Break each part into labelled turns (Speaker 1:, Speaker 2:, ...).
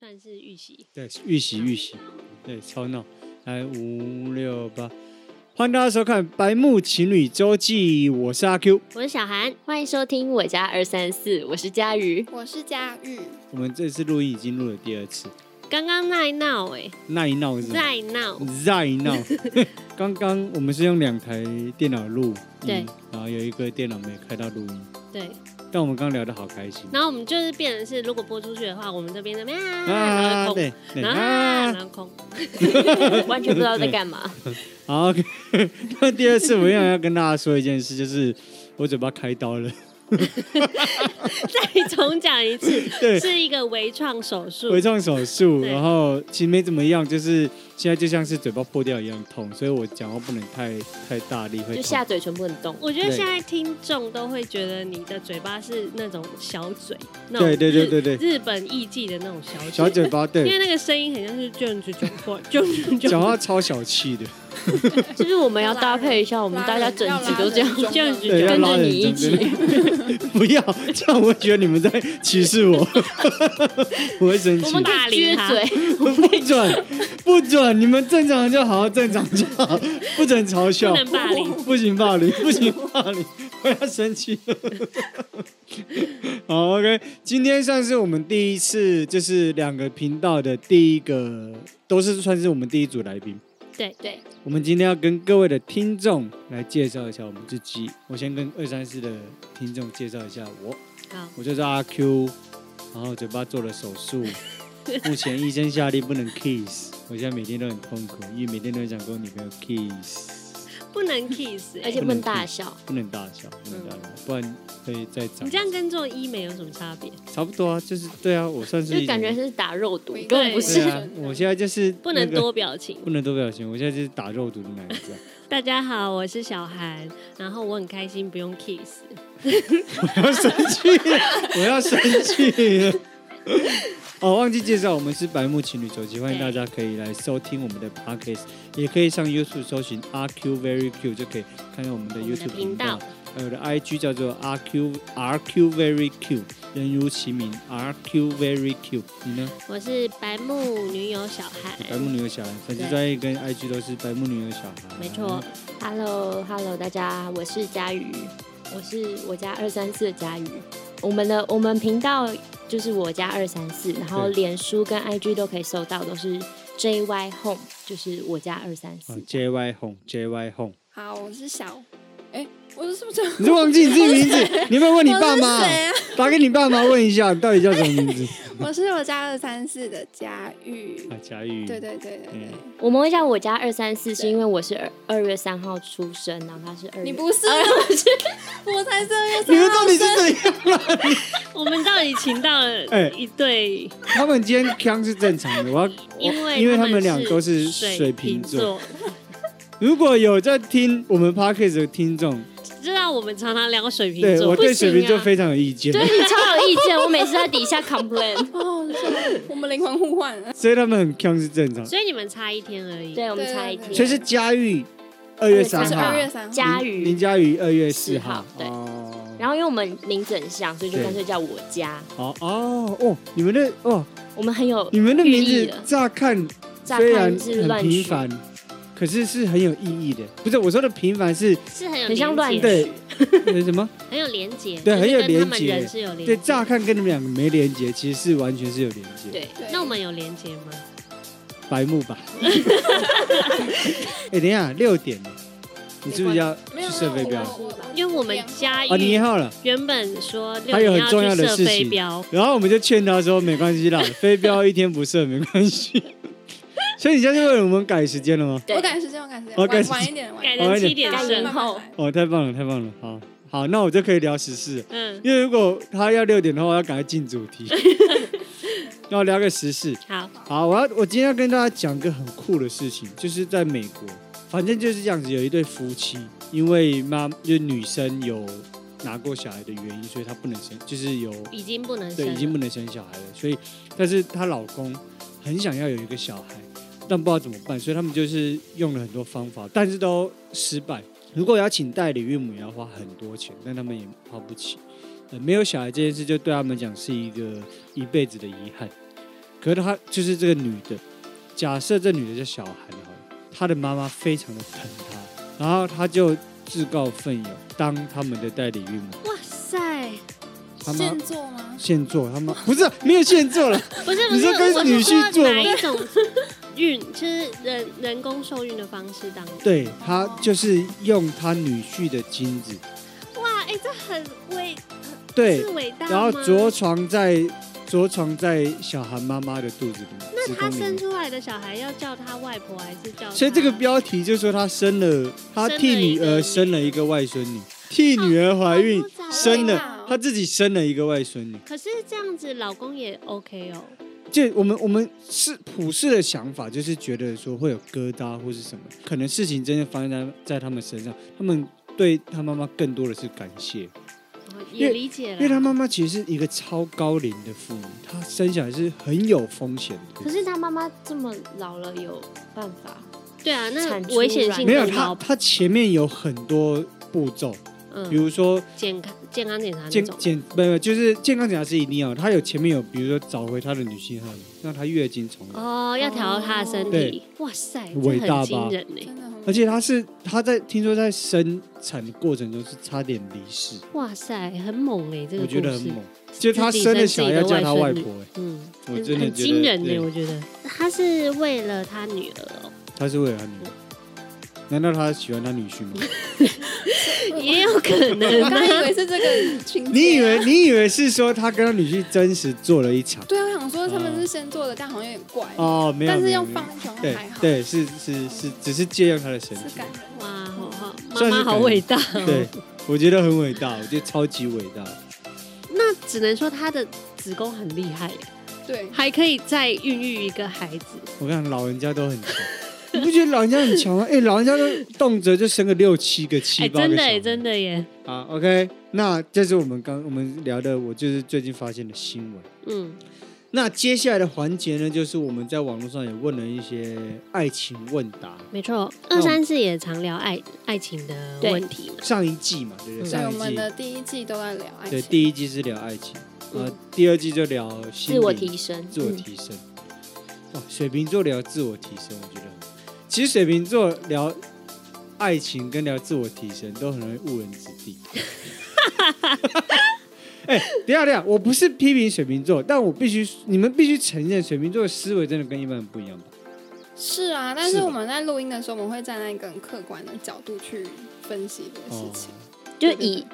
Speaker 1: 算是预习。
Speaker 2: 对，预习预习，对，超闹，来五六八，欢迎大家收看《白木情侣周记》，我是阿 Q。
Speaker 1: 我是小韩，
Speaker 3: 欢迎收听我家二三四，我是佳瑜。
Speaker 4: 我是佳玉，
Speaker 2: 我们这次录音已经录了第二次，
Speaker 1: 刚刚那一闹哎，
Speaker 2: 那一闹是
Speaker 1: 在闹，
Speaker 2: 在闹。刚刚我们是用两台电脑录音，
Speaker 1: 对，
Speaker 2: 然后有一个电脑没开到录音，
Speaker 1: 对。
Speaker 2: 但我们刚聊得好开心。
Speaker 1: 然后我们就是变成是，如果播出去的话，我们这边的边啊，然
Speaker 2: 啊，
Speaker 1: 后空，
Speaker 2: 对，对
Speaker 1: 然后啊，
Speaker 2: 啊
Speaker 1: 然后空，
Speaker 3: 完全不知道在干嘛。
Speaker 2: 好，OK，那 第二次我想要跟大家说一件事，就是我嘴巴开刀了，
Speaker 1: 再重讲一次，
Speaker 2: 对，
Speaker 1: 是一个微创手术
Speaker 2: 微，创手术，
Speaker 1: 对
Speaker 2: 然后其实没怎么样，就是现在就像是嘴巴破掉一样痛，所以我讲话不能太太大力，会
Speaker 3: 就
Speaker 2: 痛
Speaker 3: 下嘴唇不能动，
Speaker 1: 我觉得
Speaker 2: 对
Speaker 1: 现在听众都会觉得你的嘴巴是那种小嘴，那种
Speaker 2: 对对对对对，
Speaker 1: 日本艺伎的那种小嘴，
Speaker 2: 小嘴巴
Speaker 1: 因为
Speaker 2: 对，
Speaker 1: 那个声音很像是卷卷卷破卷卷
Speaker 2: 讲
Speaker 1: 卷
Speaker 2: 话超小气的，
Speaker 3: 就是我们要搭配一下，我们大家整集都这样。
Speaker 4: 这
Speaker 1: 这样子
Speaker 2: 对，要
Speaker 3: 跟
Speaker 2: 拉
Speaker 3: 着
Speaker 2: 人
Speaker 3: 你一
Speaker 2: 中
Speaker 3: 起
Speaker 2: 间， 不要这样，我会觉得你们在歧视我， 我会生
Speaker 3: 我
Speaker 2: 气
Speaker 3: 们，
Speaker 1: 可以
Speaker 3: 可以撅嘴，
Speaker 2: 不准不准，你们正常就好好正常就好，不准嘲笑，
Speaker 1: 不能霸凌，
Speaker 2: 不行霸凌，不行霸凌，我要生气 了。好，OK，今天算是我们第一次，就是两个频道的第一个，都是算是我们第一组来宾。
Speaker 1: 对
Speaker 4: 对，
Speaker 2: 我们今天要跟各位的听众来介绍一下我们自己。我先跟二三四的听众介绍一下我，
Speaker 1: 好，
Speaker 2: 我就是阿 Q，然后嘴巴做了手 术，目前医生下令不能 kiss，我现在每天都很痛苦，因为每天都很想跟我女朋友 kiss。
Speaker 1: 不能 kiss，欸、
Speaker 3: 而且不能大笑。
Speaker 2: 不能大小，不能大小，不然会再长。
Speaker 1: 嗯你这样跟做医美有什么差别？
Speaker 2: 差不多啊，就是对啊，我算是
Speaker 3: 就
Speaker 2: 一种
Speaker 3: 感觉是打肉毒，根本不
Speaker 2: 对
Speaker 3: 是。
Speaker 2: 啊，我现在就是
Speaker 1: 不能
Speaker 2: 那个
Speaker 1: 多表情。
Speaker 2: 不能多表情，我现在就是打肉毒的男子啊。
Speaker 1: 大家好，我是小韩，然后我很开心，不用 kiss。
Speaker 2: 我要生气了， 我要生气了。哦，忘记介绍，我们是白木情侣手机，欢迎大家可以来收听我们的 podcast，也可以上 YouTube 搜寻 RQ Very Q 就可以看看我们的
Speaker 1: 我们的
Speaker 2: YouTube
Speaker 1: 频
Speaker 2: 频
Speaker 1: 道
Speaker 2: 道，还有我的 IG 叫做 RQ RQ Very Q，人如其名 RQ Very Q。你呢？
Speaker 1: 我是白木女友小韩，
Speaker 2: 白木女友小孩，粉丝
Speaker 1: 对
Speaker 2: 专业跟 IG 都是白木女友小孩。
Speaker 1: 没错，
Speaker 3: Hello，Hello，大家，我是佳瑜，我是我家二三四的佳瑜。我们的我们频道就是我家二三四，然后
Speaker 2: 对
Speaker 3: 脸书跟 IG 都可以搜到，都是 JY Home，就是我家二三
Speaker 2: 啊
Speaker 3: 四。
Speaker 2: ，JY Hong JY Hong，
Speaker 4: 好，我是小，哎，我是不是
Speaker 2: 你是忘记你自己名 字？你有没有问 你爸妈
Speaker 4: 我是？谁啊？
Speaker 2: 打给你爸妈问一下，你到底叫什么名字？
Speaker 4: 我是我家二三四的佳玉
Speaker 2: 啊，，佳玉。
Speaker 4: 对对对对对，
Speaker 2: 嗯
Speaker 3: 我们会叫我家二三四，是因为我是二二月三号出生，然后他是二月。
Speaker 4: 你不是，啊 我才这样，
Speaker 2: 你们到底是怎样？
Speaker 1: 我们到底请到了
Speaker 2: 哎
Speaker 1: 一对，
Speaker 2: 他们今天腔是正常的，我 要
Speaker 1: 因为
Speaker 2: 因为
Speaker 1: 他
Speaker 2: 他们俩都是
Speaker 1: 水
Speaker 2: 水
Speaker 1: 瓶
Speaker 2: 瓶座。，如果有在听我们 podcast 的听众，
Speaker 1: 知道我们常常聊水瓶
Speaker 2: 对
Speaker 1: 座，
Speaker 2: 我
Speaker 1: 不
Speaker 2: 对
Speaker 1: 行
Speaker 2: 水
Speaker 1: 啊
Speaker 2: 瓶座非常有意见，
Speaker 3: 对你超有意见，我每次在底 下 complain。
Speaker 4: 哦，我们灵魂互换，
Speaker 2: 所以他们很腔是正常。
Speaker 1: 所以你们差一天而已。
Speaker 3: 对，我们差一天。
Speaker 4: 对
Speaker 2: 所以是佳玉，二月三
Speaker 4: 是
Speaker 2: 号
Speaker 4: 二，月三号，
Speaker 3: 佳
Speaker 2: 林
Speaker 3: 瑜，
Speaker 2: 佳玉二月四号
Speaker 3: 号。对
Speaker 2: 哦
Speaker 3: 然后因为我们名字很像，所以就
Speaker 2: 对
Speaker 3: 干脆叫我家。
Speaker 2: 哦哦哦，你们的哦，
Speaker 3: 我们很有
Speaker 2: 你们的名
Speaker 3: 寓意
Speaker 2: 字
Speaker 3: 了
Speaker 2: 乍看
Speaker 3: 乍
Speaker 2: 虽
Speaker 3: 看
Speaker 2: 然
Speaker 3: 是
Speaker 2: 很
Speaker 3: 乱
Speaker 2: 平
Speaker 3: 取，
Speaker 2: 凡，可是是很有意义的。不是我说的平凡是
Speaker 1: 是很有
Speaker 3: 很像
Speaker 1: 连结
Speaker 3: 乱
Speaker 2: 对呃什 么？
Speaker 1: 很有连结，就
Speaker 2: 对
Speaker 1: 是
Speaker 2: 很有
Speaker 1: 跟他们
Speaker 2: 连结
Speaker 1: 人是有连
Speaker 2: 对，
Speaker 1: 结。
Speaker 2: 乍看跟你们两个没连接，其实是完全是有连接。，
Speaker 3: 对，
Speaker 4: 对
Speaker 1: 那我们有连结吗？
Speaker 2: 白目吧。 哎、等一下，六点了，你是不是要
Speaker 4: 没有
Speaker 2: 去射飞镖？
Speaker 4: 没有我我
Speaker 1: 因为我们佳
Speaker 2: 啊，你也
Speaker 1: 玉
Speaker 2: 好了。
Speaker 1: 原本说六
Speaker 2: 还有
Speaker 1: 点
Speaker 2: 很重要
Speaker 1: 去
Speaker 2: 的
Speaker 1: 射
Speaker 2: 事
Speaker 1: 飞
Speaker 2: 情
Speaker 1: 镖，
Speaker 2: 然后我们就劝他说：“没关 系啦，飞镖一天不射没关系。” 所以你现在是为我们改时间了吗？
Speaker 3: 对
Speaker 4: 我赶时间，我赶时间，
Speaker 2: 我赶
Speaker 4: 晚
Speaker 2: 时间
Speaker 4: 晚一
Speaker 1: 改
Speaker 4: 点，晚一点，
Speaker 2: 好
Speaker 1: 成
Speaker 2: 一点
Speaker 1: 七点
Speaker 3: 改
Speaker 1: 生
Speaker 3: 成。后
Speaker 2: 哦，太棒了，太棒了！好好，那我就可以聊时事了。
Speaker 1: 嗯，
Speaker 2: 因为如果他要六点的话，我要赶快进主 题。那我聊个时事。
Speaker 1: 好，
Speaker 2: 好，我要我今天要跟大家讲个很酷的事情，就是在美国，反正就是这样子，有一对夫妻，因为妈就是女生有拿过小孩的原因，所以她不能生，就是有
Speaker 1: 已经不能生
Speaker 2: 对
Speaker 1: 了，
Speaker 2: 已经不能生小孩了，所以但是她老公很想要有一个小孩，但不知道怎么办，所以他们就是用了很多方法，但是都失败。如果要请代理孕母，也要花很多钱，但他们也花不起。呃没有小孩这件事，就对他们讲是一个一辈子的遗憾。可是她就是这个女的，假设这女的叫小韩好了，她的妈妈非常的疼她，然后她就自告奋勇当他们的代理孕母，
Speaker 1: 哇塞，
Speaker 2: 他妈
Speaker 4: 现做吗？
Speaker 2: 现做他妈不是没有现 做了，
Speaker 1: 不是不
Speaker 2: 你
Speaker 1: 是，
Speaker 2: 说跟
Speaker 1: 我
Speaker 2: 女
Speaker 1: 是
Speaker 2: 婿
Speaker 1: 说
Speaker 2: 做吗
Speaker 1: 哪一种孕， 就是人人工受孕的方式当中。
Speaker 2: 对她就是用她女婿的精子，
Speaker 1: 哇，哎、这很伟，
Speaker 2: 对
Speaker 1: 是，伟大吗
Speaker 2: 然后着床在着床在小韩妈妈的肚子里，子
Speaker 1: 那
Speaker 2: 宫
Speaker 1: 他
Speaker 2: 里面
Speaker 1: 生。出来的小孩要叫他外婆还是叫他？
Speaker 2: 所以这个标题就说她生了，她替女儿生了一个外孙女，替女儿怀孕
Speaker 1: 好复杂哦
Speaker 2: 生
Speaker 4: 好伟大
Speaker 2: 了
Speaker 4: 哦，
Speaker 2: 她自己生了一个外孙女。
Speaker 1: 可是这样子，老公也 OK 哦。
Speaker 2: 就我们我们是普世的想法，就是觉得说会有疙瘩或是什么，可能事情真的发生在在他们身上，他们对他妈妈更多的是感谢，
Speaker 1: 哦
Speaker 2: 因
Speaker 1: 也
Speaker 2: 为
Speaker 1: 理解
Speaker 2: 因为他
Speaker 1: 了。
Speaker 2: 妈妈其实是一个超高龄的妇女，她生小孩是很有风险
Speaker 3: 可
Speaker 2: 的。
Speaker 3: 是他妈妈这么老了，有办法？
Speaker 1: 对啊，那
Speaker 3: 产出
Speaker 1: 危险性
Speaker 2: 没有
Speaker 1: 更
Speaker 2: 她，
Speaker 1: 高。
Speaker 2: 她前面有很多步骤，比
Speaker 1: 嗯，
Speaker 2: 如说
Speaker 1: 健康健康检查那
Speaker 2: 健
Speaker 1: 种。
Speaker 2: 健没有，就是健康检查是一定要的，他有前面有，比如说找回他的女性荷尔蒙，让她月经重来。
Speaker 1: 哦，要调他的身体
Speaker 2: 对。
Speaker 1: 哇塞，
Speaker 2: 伟
Speaker 1: 这
Speaker 2: 大吧
Speaker 1: 很惊人欸呢。
Speaker 4: 真的很
Speaker 2: 而且她是她在听说在生产的过程中是差点离世，
Speaker 1: 哇塞，很猛哎，这个
Speaker 2: 我
Speaker 1: 故事
Speaker 2: 觉得很猛。就她生了小孩要叫她外婆、欸，
Speaker 1: 嗯，
Speaker 2: 我
Speaker 1: 很
Speaker 2: 真的
Speaker 1: 很
Speaker 2: 觉得
Speaker 1: 惊人
Speaker 2: 对
Speaker 1: 呢，我觉得他是为了他女儿哦，
Speaker 2: 她是为了她女儿。难道她喜欢她女婿 吗？
Speaker 1: 也有可能
Speaker 4: 我刚才以
Speaker 1: 啊。
Speaker 4: 为是这个情节啊
Speaker 2: 你以为你以为是说她跟她女婿真实做了一场？
Speaker 4: 对啊，我想说他们是先做的，但好像有点怪。
Speaker 2: 哦，没有，
Speaker 4: 但是
Speaker 2: 没有
Speaker 4: 用
Speaker 2: 没有
Speaker 4: 放在床上
Speaker 2: 对
Speaker 4: 还好，
Speaker 2: 对是是是，只是借用她的神
Speaker 4: 是
Speaker 2: 体
Speaker 4: 感。人。
Speaker 1: 哇，好好， 妈
Speaker 2: 算是
Speaker 1: 妈好
Speaker 2: 感人
Speaker 1: 伟大哦。
Speaker 2: 对，我觉得很伟大，我觉得超级伟大。
Speaker 1: 那只能说他的子宫很厉害耶，
Speaker 4: 对，
Speaker 1: 还可以再孕育一个孩子。
Speaker 2: 我跟你讲，老人家都很强，你不觉得老人家很强吗？ 哎、老人家都动辄就生个六七个、七
Speaker 1: 哎，
Speaker 2: 八个
Speaker 1: 真的
Speaker 2: 小孩
Speaker 1: 哎，真的耶，
Speaker 2: 好，OK，那这是我们刚我们聊的，我就是最近发现的新闻。
Speaker 1: 嗯，
Speaker 2: 那接下来的环节呢，就是我们在网络上也问了一些爱情问答，
Speaker 1: 没错。二
Speaker 2: 那我们
Speaker 1: 三四也常聊爱爱情的
Speaker 3: 对
Speaker 1: 问题嘛。
Speaker 2: 上一季嘛，对不对？
Speaker 4: 所以嗯我
Speaker 2: 上一
Speaker 4: 们
Speaker 2: 季
Speaker 4: 的第一季都在聊爱
Speaker 2: 对，
Speaker 4: 情。
Speaker 2: 第一季是聊爱情，呃
Speaker 1: 嗯，
Speaker 2: 第二季就聊心
Speaker 3: 自我
Speaker 2: 灵
Speaker 3: 提升，嗯
Speaker 2: 自我提升。哇，水瓶座聊自我提升，我觉得很，其实水瓶座聊爱情跟聊自我提升都很容易误人子弟。 哎、等一下等一下，我不是批评水瓶座，但我必须，你们必须承认，水瓶座的思维真的跟一般人不一样吧？
Speaker 4: 是啊，但
Speaker 2: 是
Speaker 4: 是
Speaker 2: 吧
Speaker 4: 我们在录音的时候，我们会站在一个很客观的角度去分析这个事情。
Speaker 2: 哦
Speaker 3: 就
Speaker 4: 对对
Speaker 3: 以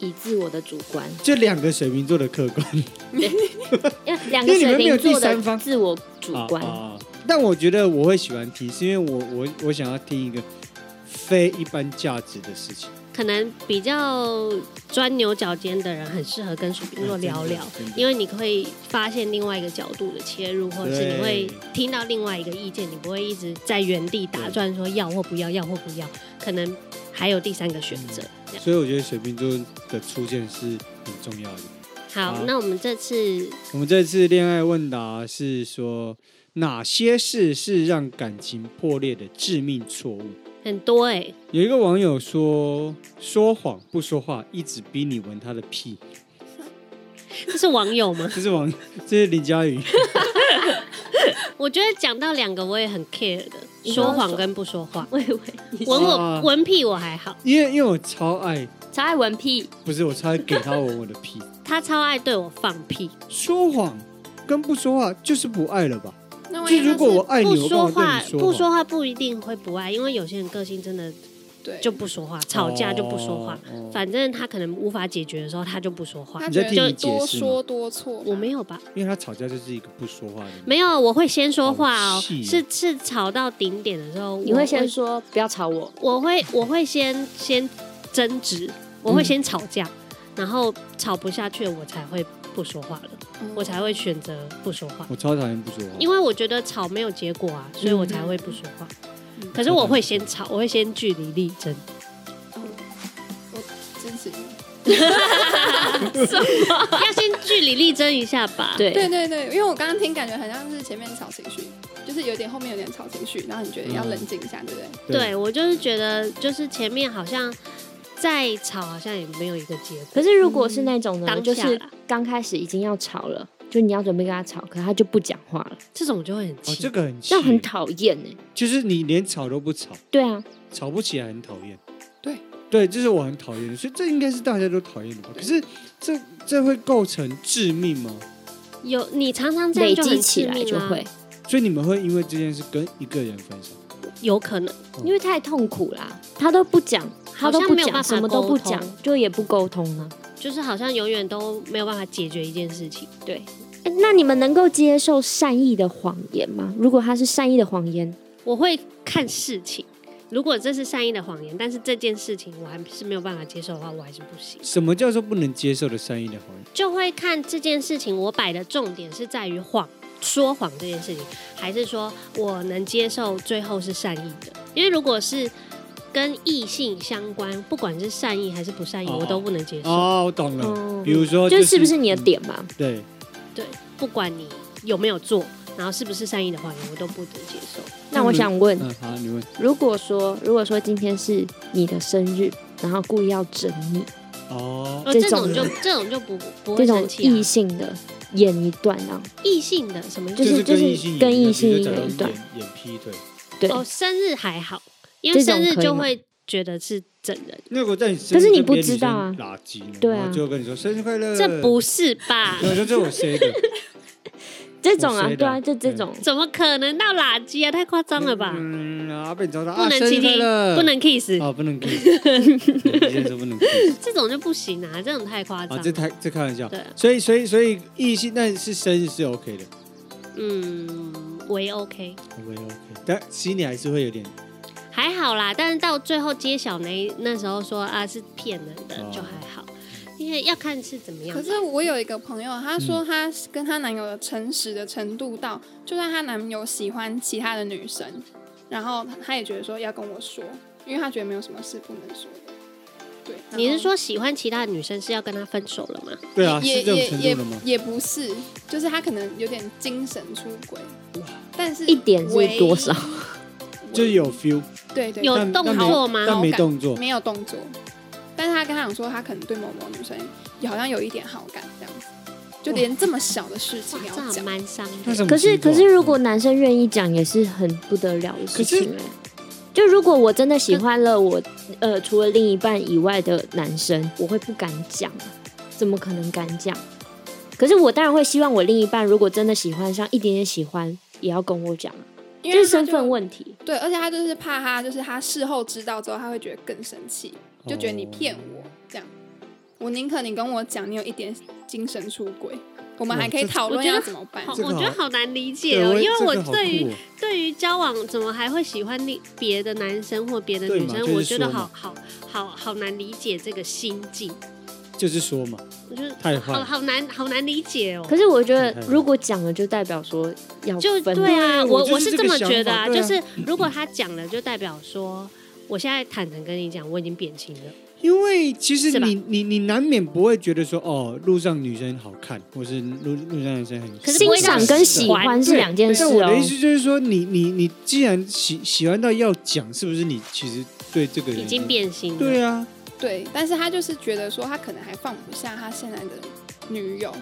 Speaker 3: 以自我的主观，
Speaker 2: 就两个水瓶座的客 观
Speaker 3: 要
Speaker 2: 因
Speaker 3: 两个
Speaker 2: 为你们
Speaker 3: 水
Speaker 2: 没有
Speaker 3: 瓶座
Speaker 2: 第三
Speaker 3: 的
Speaker 2: 方
Speaker 3: 自我主观，
Speaker 2: 啊啊但我觉得我会喜欢听，是因为我我我想要听一个非一般价值的事情。
Speaker 1: 可能比较钻牛角尖的人，很适合跟水瓶座聊聊
Speaker 2: 嗯真的真，的
Speaker 1: 因为你会发现另外一个角度的切入，或者是你会听到另外一个意见，你不会一直在原地打转，说要或不要，要或不要，可能还有第三个选择。这样
Speaker 2: 所以我觉得水瓶座的出现是很重要的。
Speaker 1: 好
Speaker 2: 好，
Speaker 1: 那我们这次
Speaker 2: 我们这次恋爱问答是说哪些事是让感情破裂的致命错误？
Speaker 1: 很多哎、
Speaker 2: 有一个网友说说谎不说话，一直逼你闻他的屁，？
Speaker 1: 这是网友吗
Speaker 2: 这是网，这是林佳宇。
Speaker 1: 我觉得讲到两个我也很 care 的，
Speaker 3: 你说
Speaker 1: 说谎跟不说话。
Speaker 3: 我以为你
Speaker 1: 文
Speaker 2: 啊
Speaker 1: 我文屁我还好，
Speaker 2: 因为因为我超爱，
Speaker 3: 超爱文屁，
Speaker 2: 不是我超爱给他闻我的屁。
Speaker 1: 他超爱对我放屁，
Speaker 2: 说谎跟不说话就是不爱了吧？
Speaker 4: 那万
Speaker 2: 就
Speaker 4: 一
Speaker 2: 如
Speaker 4: 他
Speaker 2: 果
Speaker 4: 是
Speaker 2: 我爱你，
Speaker 1: 不
Speaker 2: 我
Speaker 1: 啊说
Speaker 2: 干
Speaker 1: 话
Speaker 2: 嘛对你
Speaker 1: 不
Speaker 2: 谎
Speaker 1: 说话不一定会不爱，因为有些人个性真的
Speaker 4: 对
Speaker 1: 就不说话，吵架就不说话，
Speaker 2: 哦哦
Speaker 1: 反正他可能无法解决的时候，他就不说话
Speaker 4: 他。
Speaker 2: 你在
Speaker 4: 觉
Speaker 2: 听
Speaker 4: 得
Speaker 2: 你解
Speaker 4: 多
Speaker 2: 释
Speaker 4: 说多错吧，
Speaker 1: 我没有吧？
Speaker 2: 因为他吵架就是一个不说话的人。
Speaker 1: 没有，我会先说话
Speaker 2: 好
Speaker 1: 哦。
Speaker 2: 气哦
Speaker 1: 是是，吵到顶点的时候，
Speaker 3: 你
Speaker 1: 我
Speaker 3: 会先，说不要吵我，
Speaker 1: 我会我会先先争执，我会先吵架，然后吵不下去，我才会不说话了，
Speaker 4: 嗯，
Speaker 1: 我才会选择不说话，
Speaker 2: 我超讨厌不说话。
Speaker 1: 因为我觉得吵没有结果啊，所以我才会不说话
Speaker 4: 嗯。
Speaker 1: 可是我会先吵，我会先据理力 争。
Speaker 4: 嗯支持你。
Speaker 1: 要先据理力争一下吧。，
Speaker 4: 对，对对，因为我刚刚听感觉很像是前面吵情绪，就是有点后面有点吵情绪，然后你觉得要冷静一下，对不对？
Speaker 1: 对我就是觉得，就是前面好像再吵，好像也没有一个结果。
Speaker 3: 可是如果是那种
Speaker 1: 当下啦
Speaker 3: 呢，就是刚开始已经要吵了，就你要准备跟他吵，可他就不讲话了，
Speaker 1: 这种就会很气。
Speaker 2: 哦，这个很气
Speaker 3: 这，样很讨厌哎。
Speaker 2: 就是你连吵都不吵，
Speaker 3: 对啊，
Speaker 2: 吵不起来很讨厌。
Speaker 4: 对
Speaker 2: 对，这是我很讨厌的，所以这应该是大家都讨厌的吧？可是这这会构成致命吗？
Speaker 1: 有你常常这
Speaker 3: 累
Speaker 1: 样就
Speaker 3: 积
Speaker 1: 很
Speaker 3: 起
Speaker 1: 致
Speaker 3: 来
Speaker 1: 命
Speaker 3: 就
Speaker 1: 啊
Speaker 3: 会，
Speaker 2: 所以你们会因为这件事跟一个人分手？
Speaker 1: 有可能。
Speaker 3: 因为太痛苦啦，他都不讲，他都不
Speaker 1: 好像没有
Speaker 3: 讲，
Speaker 1: 办法
Speaker 3: 什么都不讲
Speaker 1: 沟通，
Speaker 3: 就也不沟通啊。
Speaker 1: 就是好像永远都没有办法解决一件事情。
Speaker 3: 对，诶那你们能够接受善意的谎言吗？如果他是善意的谎言，
Speaker 1: 我会看事情，如果这是善意的谎言，但是这件事情我还是没有办法接受的话，我还是不行。
Speaker 2: 什么叫做不能接受的善意的谎言？
Speaker 1: 就会看这件事情我摆的重点是在于谎说谎这件事情，还是说我能接受最后是善意的？因为如果是跟异性相关，不管是善意还是不善意，
Speaker 2: 哦
Speaker 1: 我都不能接受。
Speaker 2: 哦，我懂了。
Speaker 3: 嗯，
Speaker 2: 比如说、，
Speaker 3: 就是是不是你的
Speaker 2: 嗯？
Speaker 3: 点嘛？
Speaker 2: 对，
Speaker 1: 不管你有没有做，然后是不是善意的谎言，我都不能接受。
Speaker 3: 那我想问，
Speaker 2: 嗯，好，你问。
Speaker 3: 如果说如果说今天是你的生日，然后故意要整你，
Speaker 2: 哦，
Speaker 1: 哦，
Speaker 3: 这
Speaker 1: 这种
Speaker 3: 种
Speaker 1: 就这种就不不
Speaker 3: 这
Speaker 1: 会
Speaker 3: 种
Speaker 1: 生气、
Speaker 3: 异
Speaker 1: 啊。
Speaker 3: 性的演一段啊，
Speaker 1: 异性的什么意思？
Speaker 3: 就是
Speaker 2: 跟
Speaker 3: 就是
Speaker 2: 异性
Speaker 3: 跟异性
Speaker 2: 演
Speaker 3: 一
Speaker 2: 一
Speaker 3: 人
Speaker 2: 段
Speaker 3: 段
Speaker 2: 演演劈腿。
Speaker 3: 对，
Speaker 1: 哦，生日还好，因为生日就会觉得是整人，
Speaker 2: 那我在你身
Speaker 3: 可是
Speaker 2: 边
Speaker 3: 你不
Speaker 2: 别的女
Speaker 3: 知道啊
Speaker 2: 生垃圾呢，
Speaker 3: 对啊
Speaker 2: 然后就跟你说生日快
Speaker 3: 嗯
Speaker 2: 乐，
Speaker 1: 这不是吧？
Speaker 2: 对，我说这我谁的？
Speaker 3: 这种
Speaker 2: 我
Speaker 3: 啊，
Speaker 2: 谁的
Speaker 3: 对啊，就这种，
Speaker 1: 怎么可能到垃圾啊？太夸张了吧！
Speaker 2: 嗯，啊，被你找到，
Speaker 1: 不
Speaker 2: 啊
Speaker 1: 能
Speaker 2: 生日
Speaker 1: 亲
Speaker 2: 快
Speaker 1: 亲，
Speaker 2: 乐
Speaker 1: 不能 kiss，
Speaker 2: 哦，不 能 kiss，对先说不能 kiss
Speaker 1: 这种就不行啊，这种太夸张
Speaker 2: 啊，
Speaker 1: 了。
Speaker 2: 这太这开玩笑。
Speaker 1: 对，
Speaker 2: 所以所以所以异性但是生日是 OK 的，
Speaker 1: 嗯，我也 OK，
Speaker 2: 我也 OK，但心里还是会有点
Speaker 1: 还好啦。但是到最后揭晓那一那时候说啊是骗人的，
Speaker 2: 哦
Speaker 1: 就还好，因为要看是怎么样
Speaker 4: 可。是我有一个朋友，她说
Speaker 2: 嗯
Speaker 4: 她跟她男友的诚实的程度到，就算她男友喜欢其他的女生，然后她也觉得说要跟我说，因为她觉得没有什么事不能说的。对，然后
Speaker 1: 你是说喜欢其他的女生是要跟他分手了吗？
Speaker 2: 对啊，
Speaker 4: 也
Speaker 2: 是这种
Speaker 4: 也
Speaker 2: 程
Speaker 4: 也
Speaker 2: 度的吗？
Speaker 4: 也不是，就是她可能有点精神出轨，但是
Speaker 3: 一点是多少？
Speaker 4: 唯？
Speaker 2: 就是有 feel，
Speaker 4: 对对
Speaker 1: 有
Speaker 2: 但
Speaker 1: 动
Speaker 2: 但没
Speaker 1: 作吗
Speaker 2: 但没
Speaker 4: 好感
Speaker 2: 动作，
Speaker 4: 没有动作，但是她跟她讲说，她可能对某某女生好像有一点好感这样子，就连这么小的事
Speaker 1: 哇
Speaker 4: 情，要
Speaker 1: 这还
Speaker 4: 讲。
Speaker 1: 蛮伤
Speaker 2: 那
Speaker 1: 的。
Speaker 2: 什么
Speaker 3: 可是
Speaker 2: 星座
Speaker 3: 可是如果男生愿意讲，也是很不得了的事情、欸。就如果我真的喜欢了我，呃，除了另一半以外的男生，我会不敢讲啊，怎么可能敢讲？可是我当然会希望我另一半，如果真的喜欢上一点点喜欢，也要跟我讲啊，
Speaker 4: 因
Speaker 3: 这
Speaker 4: 为
Speaker 3: 是
Speaker 4: 她
Speaker 3: 身
Speaker 4: 就
Speaker 3: 份问题。
Speaker 4: 对，而且他就是怕他，就是他事后知道之后，他会觉得更生气，
Speaker 2: 哦
Speaker 4: 就觉得你骗我这样。我宁可你跟我讲，你有一点精神出轨，我们
Speaker 2: 哇
Speaker 4: 还可以
Speaker 2: 这
Speaker 4: 讨
Speaker 1: 我
Speaker 4: 论
Speaker 1: 觉得
Speaker 4: 要怎么办
Speaker 1: 好，。
Speaker 2: 这个
Speaker 1: 我觉得
Speaker 2: 好
Speaker 1: 好难理解
Speaker 2: 对
Speaker 1: 哦，
Speaker 2: 我
Speaker 1: 因为
Speaker 2: 这
Speaker 1: 我
Speaker 2: 个好
Speaker 1: 对于
Speaker 2: 酷哦
Speaker 1: 对于交往怎么还会喜欢另别的男生或别的
Speaker 2: 对
Speaker 1: 女
Speaker 2: 嘛
Speaker 1: 生，
Speaker 2: 就是
Speaker 1: 我觉得
Speaker 2: 说嘛
Speaker 1: 好好好好难理解这个心境，
Speaker 2: 就是说嘛，
Speaker 1: 我觉得
Speaker 2: 太坏
Speaker 1: 好
Speaker 2: 了，
Speaker 1: 好难好难理解哦。
Speaker 3: 可是我觉得
Speaker 2: 嗯，
Speaker 3: 如果讲了，就代表说要
Speaker 1: 就
Speaker 3: 分
Speaker 1: 对啊，
Speaker 2: 我
Speaker 1: 我
Speaker 2: 哦就是
Speaker 1: 是
Speaker 2: 这
Speaker 1: 这
Speaker 2: 个
Speaker 1: 么
Speaker 2: 想
Speaker 1: 觉得
Speaker 2: 法对啊
Speaker 1: 就是如果他讲了，就代表说我现在坦诚跟你讲，我已经变心了。
Speaker 2: 因为其实
Speaker 1: 是吧
Speaker 2: 你你你难免不会觉得说哦，路上女生好看，或是路路上男生很
Speaker 1: 可是不
Speaker 3: 欣
Speaker 1: 会让
Speaker 3: 赏跟喜欢是两件事
Speaker 2: 但我
Speaker 3: 哦
Speaker 2: 的意。思就是说，你你你既然喜喜欢到要讲，是不是你其实对这个人
Speaker 1: 已经？变心了。
Speaker 2: 对啊，
Speaker 4: 对，但是他就是觉得说，他可能还放不下他现在的女友，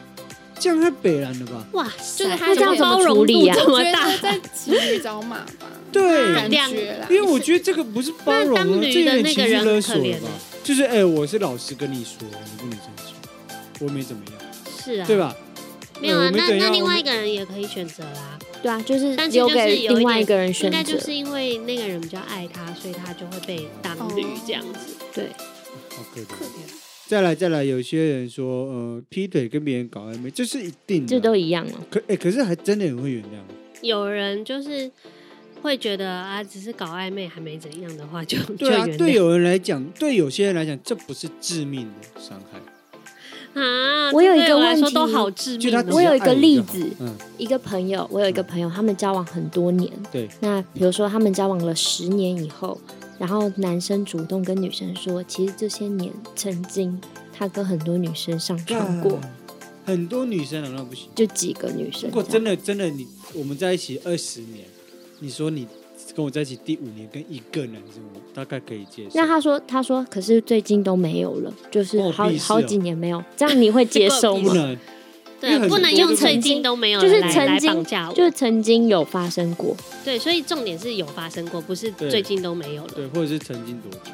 Speaker 2: 这样太北然了吧？
Speaker 1: 哇塞，
Speaker 4: 就是他
Speaker 3: 那这样怎么
Speaker 1: 包容
Speaker 3: 处理
Speaker 1: 度
Speaker 3: 啊
Speaker 1: 这
Speaker 4: 我
Speaker 1: 么
Speaker 4: 觉
Speaker 1: 大
Speaker 4: 得，在骑驴找马吧，
Speaker 2: 对
Speaker 4: 感
Speaker 1: 嗯，两
Speaker 4: 觉啦。
Speaker 2: 因为我觉得这个不是包容
Speaker 1: 那当
Speaker 2: 啊，
Speaker 1: 驴
Speaker 2: 这有
Speaker 1: 的
Speaker 2: 点
Speaker 1: 那
Speaker 2: 情
Speaker 1: 个
Speaker 2: 绪
Speaker 1: 人
Speaker 2: 勒
Speaker 1: 很
Speaker 2: 索
Speaker 1: 可
Speaker 2: 了
Speaker 1: 怜
Speaker 2: 吧
Speaker 1: 欸？
Speaker 2: 就是哎，我是老实跟你说，你不能这样说，我没怎么样，
Speaker 1: 是啊，
Speaker 2: 对？吧？呃
Speaker 1: 没有啊
Speaker 2: 我，没
Speaker 1: 那
Speaker 2: 怎样
Speaker 1: 那另
Speaker 2: 我
Speaker 1: 外
Speaker 2: 没
Speaker 1: 一个人也可以选择啦。
Speaker 3: 对啊，就是
Speaker 1: 但是
Speaker 3: 留
Speaker 1: 就是
Speaker 3: 给
Speaker 1: 有一
Speaker 3: 另外
Speaker 1: 点
Speaker 3: 一个人
Speaker 1: 应
Speaker 3: 选
Speaker 1: 该
Speaker 3: 择
Speaker 1: 就。是因为那个人比较爱他，所以他就会被当驴这样子。
Speaker 3: 对，
Speaker 2: 好哦可怜
Speaker 4: 可。怜，
Speaker 2: 再来再来，有些人说呃，劈腿跟别人搞暧昧，这是一定
Speaker 3: 这
Speaker 2: 的
Speaker 3: 都
Speaker 2: 啊。
Speaker 3: 一样啊。
Speaker 2: 可哎，可是还真的很会原谅。
Speaker 1: 有人就是会觉得啊，只是搞暧昧还没怎样的话，就就
Speaker 2: 对啊，
Speaker 1: 原
Speaker 2: 对
Speaker 1: 谅
Speaker 2: 有人来讲，对有些人来讲，这不是致命的伤害。
Speaker 1: 啊。
Speaker 3: 我有一
Speaker 1: 这对
Speaker 3: 个
Speaker 1: 来说
Speaker 3: 问题
Speaker 1: 都好致
Speaker 2: 就
Speaker 1: 命
Speaker 2: 他
Speaker 1: 哦，
Speaker 2: 只
Speaker 3: 我
Speaker 2: 要
Speaker 3: 有一个
Speaker 2: 爱你就
Speaker 3: 例
Speaker 2: 好
Speaker 3: 子
Speaker 2: 嗯，
Speaker 3: 一个朋友，我有一个朋友，他们交往很多年。
Speaker 2: 对。
Speaker 3: 那比如说，他们交往了十年以后，然后男生主动跟女生说，其实这些年曾经他跟很多女生上床过，
Speaker 2: 啊很多女生难啊道不行？
Speaker 3: 就几个女生
Speaker 2: 如果
Speaker 3: 这
Speaker 2: 真
Speaker 3: 样。
Speaker 2: 的真的你我们在一起二十年，你说你跟我在一起第五年跟一个男生，我大概可以接受。
Speaker 3: 那他说，他说，可是最近都没有了，就是
Speaker 2: 哦
Speaker 3: 好
Speaker 2: 必是哦
Speaker 3: 好几年没有，这样你会接受
Speaker 1: 这
Speaker 2: 不
Speaker 3: 吗？
Speaker 2: 能，因为
Speaker 1: 对，
Speaker 2: 很
Speaker 1: 不能用最近都没有
Speaker 3: 就是
Speaker 1: 来
Speaker 3: 曾
Speaker 1: 来
Speaker 3: 经
Speaker 1: 绑架我，
Speaker 3: 就曾经有发生过，
Speaker 1: 对，所以重点是有发生过，不是
Speaker 2: 对
Speaker 1: 最近都没有了。
Speaker 2: 对，或者是曾经多久，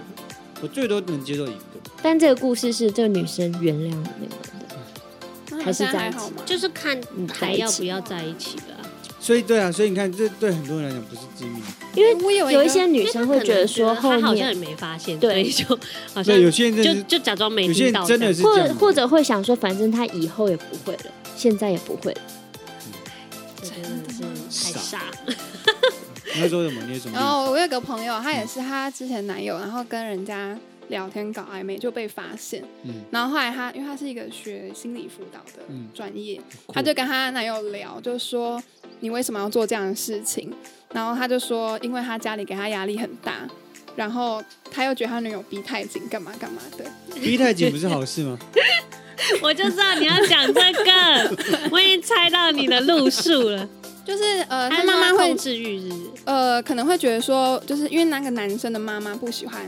Speaker 2: 我最多能接受一个。
Speaker 3: 但这个故事是这个女生原谅了那个男的，
Speaker 4: 那你
Speaker 3: 还是
Speaker 4: 现在
Speaker 3: 在
Speaker 4: 还
Speaker 3: 一起
Speaker 4: 好吗？
Speaker 1: 就是看
Speaker 3: 嗯在
Speaker 1: 还
Speaker 3: 一起
Speaker 1: 要不要在一起了、
Speaker 2: 所以对啊，所以你看，这对很多人来讲不是致命。
Speaker 3: 因为
Speaker 4: 我有
Speaker 3: 有
Speaker 4: 一
Speaker 3: 一
Speaker 4: 个
Speaker 3: 些女
Speaker 1: 因为
Speaker 3: 生
Speaker 1: 他
Speaker 3: 会
Speaker 1: 可能
Speaker 3: 觉
Speaker 1: 觉
Speaker 3: 得说后
Speaker 1: 他好像
Speaker 3: 面
Speaker 1: 也没发现，所
Speaker 3: 对
Speaker 1: 以 就好像
Speaker 2: 对，有些人真，
Speaker 1: 就是就假装没
Speaker 2: 有
Speaker 1: 听
Speaker 2: 些人
Speaker 1: 到这
Speaker 2: 真
Speaker 1: 样。
Speaker 2: 的是
Speaker 3: 或
Speaker 2: 这
Speaker 3: 者
Speaker 2: 样，
Speaker 3: 或者会想说，反正他以后也不会了，现在也不会了。
Speaker 1: 这真的是太傻了。
Speaker 2: 你会说什么？你有什么
Speaker 3: 哦
Speaker 4: 然
Speaker 2: 例
Speaker 4: 后我有个朋友，她也是她之前男友，然后跟人家聊天搞暧昧就被发现，
Speaker 2: 子？嗯
Speaker 4: 然后后来她因为她是一个学心理辅导的
Speaker 2: 嗯，
Speaker 4: 专业，
Speaker 2: 酷
Speaker 4: 她就跟她男友聊，就说你为什么要做这样的事情？然后她就说，因为她家里给她压力很大，然后她又觉得她女友逼太紧，干嘛干嘛的。
Speaker 2: 逼太紧不是好事吗？
Speaker 1: 我就知道你要讲这个，我已经猜到你的路数了。
Speaker 4: 就是呃，
Speaker 1: 他
Speaker 4: 她妈妈会
Speaker 1: 控制欲是不是
Speaker 4: 呃，可能会觉得说，就是因为那个男生的妈妈不喜欢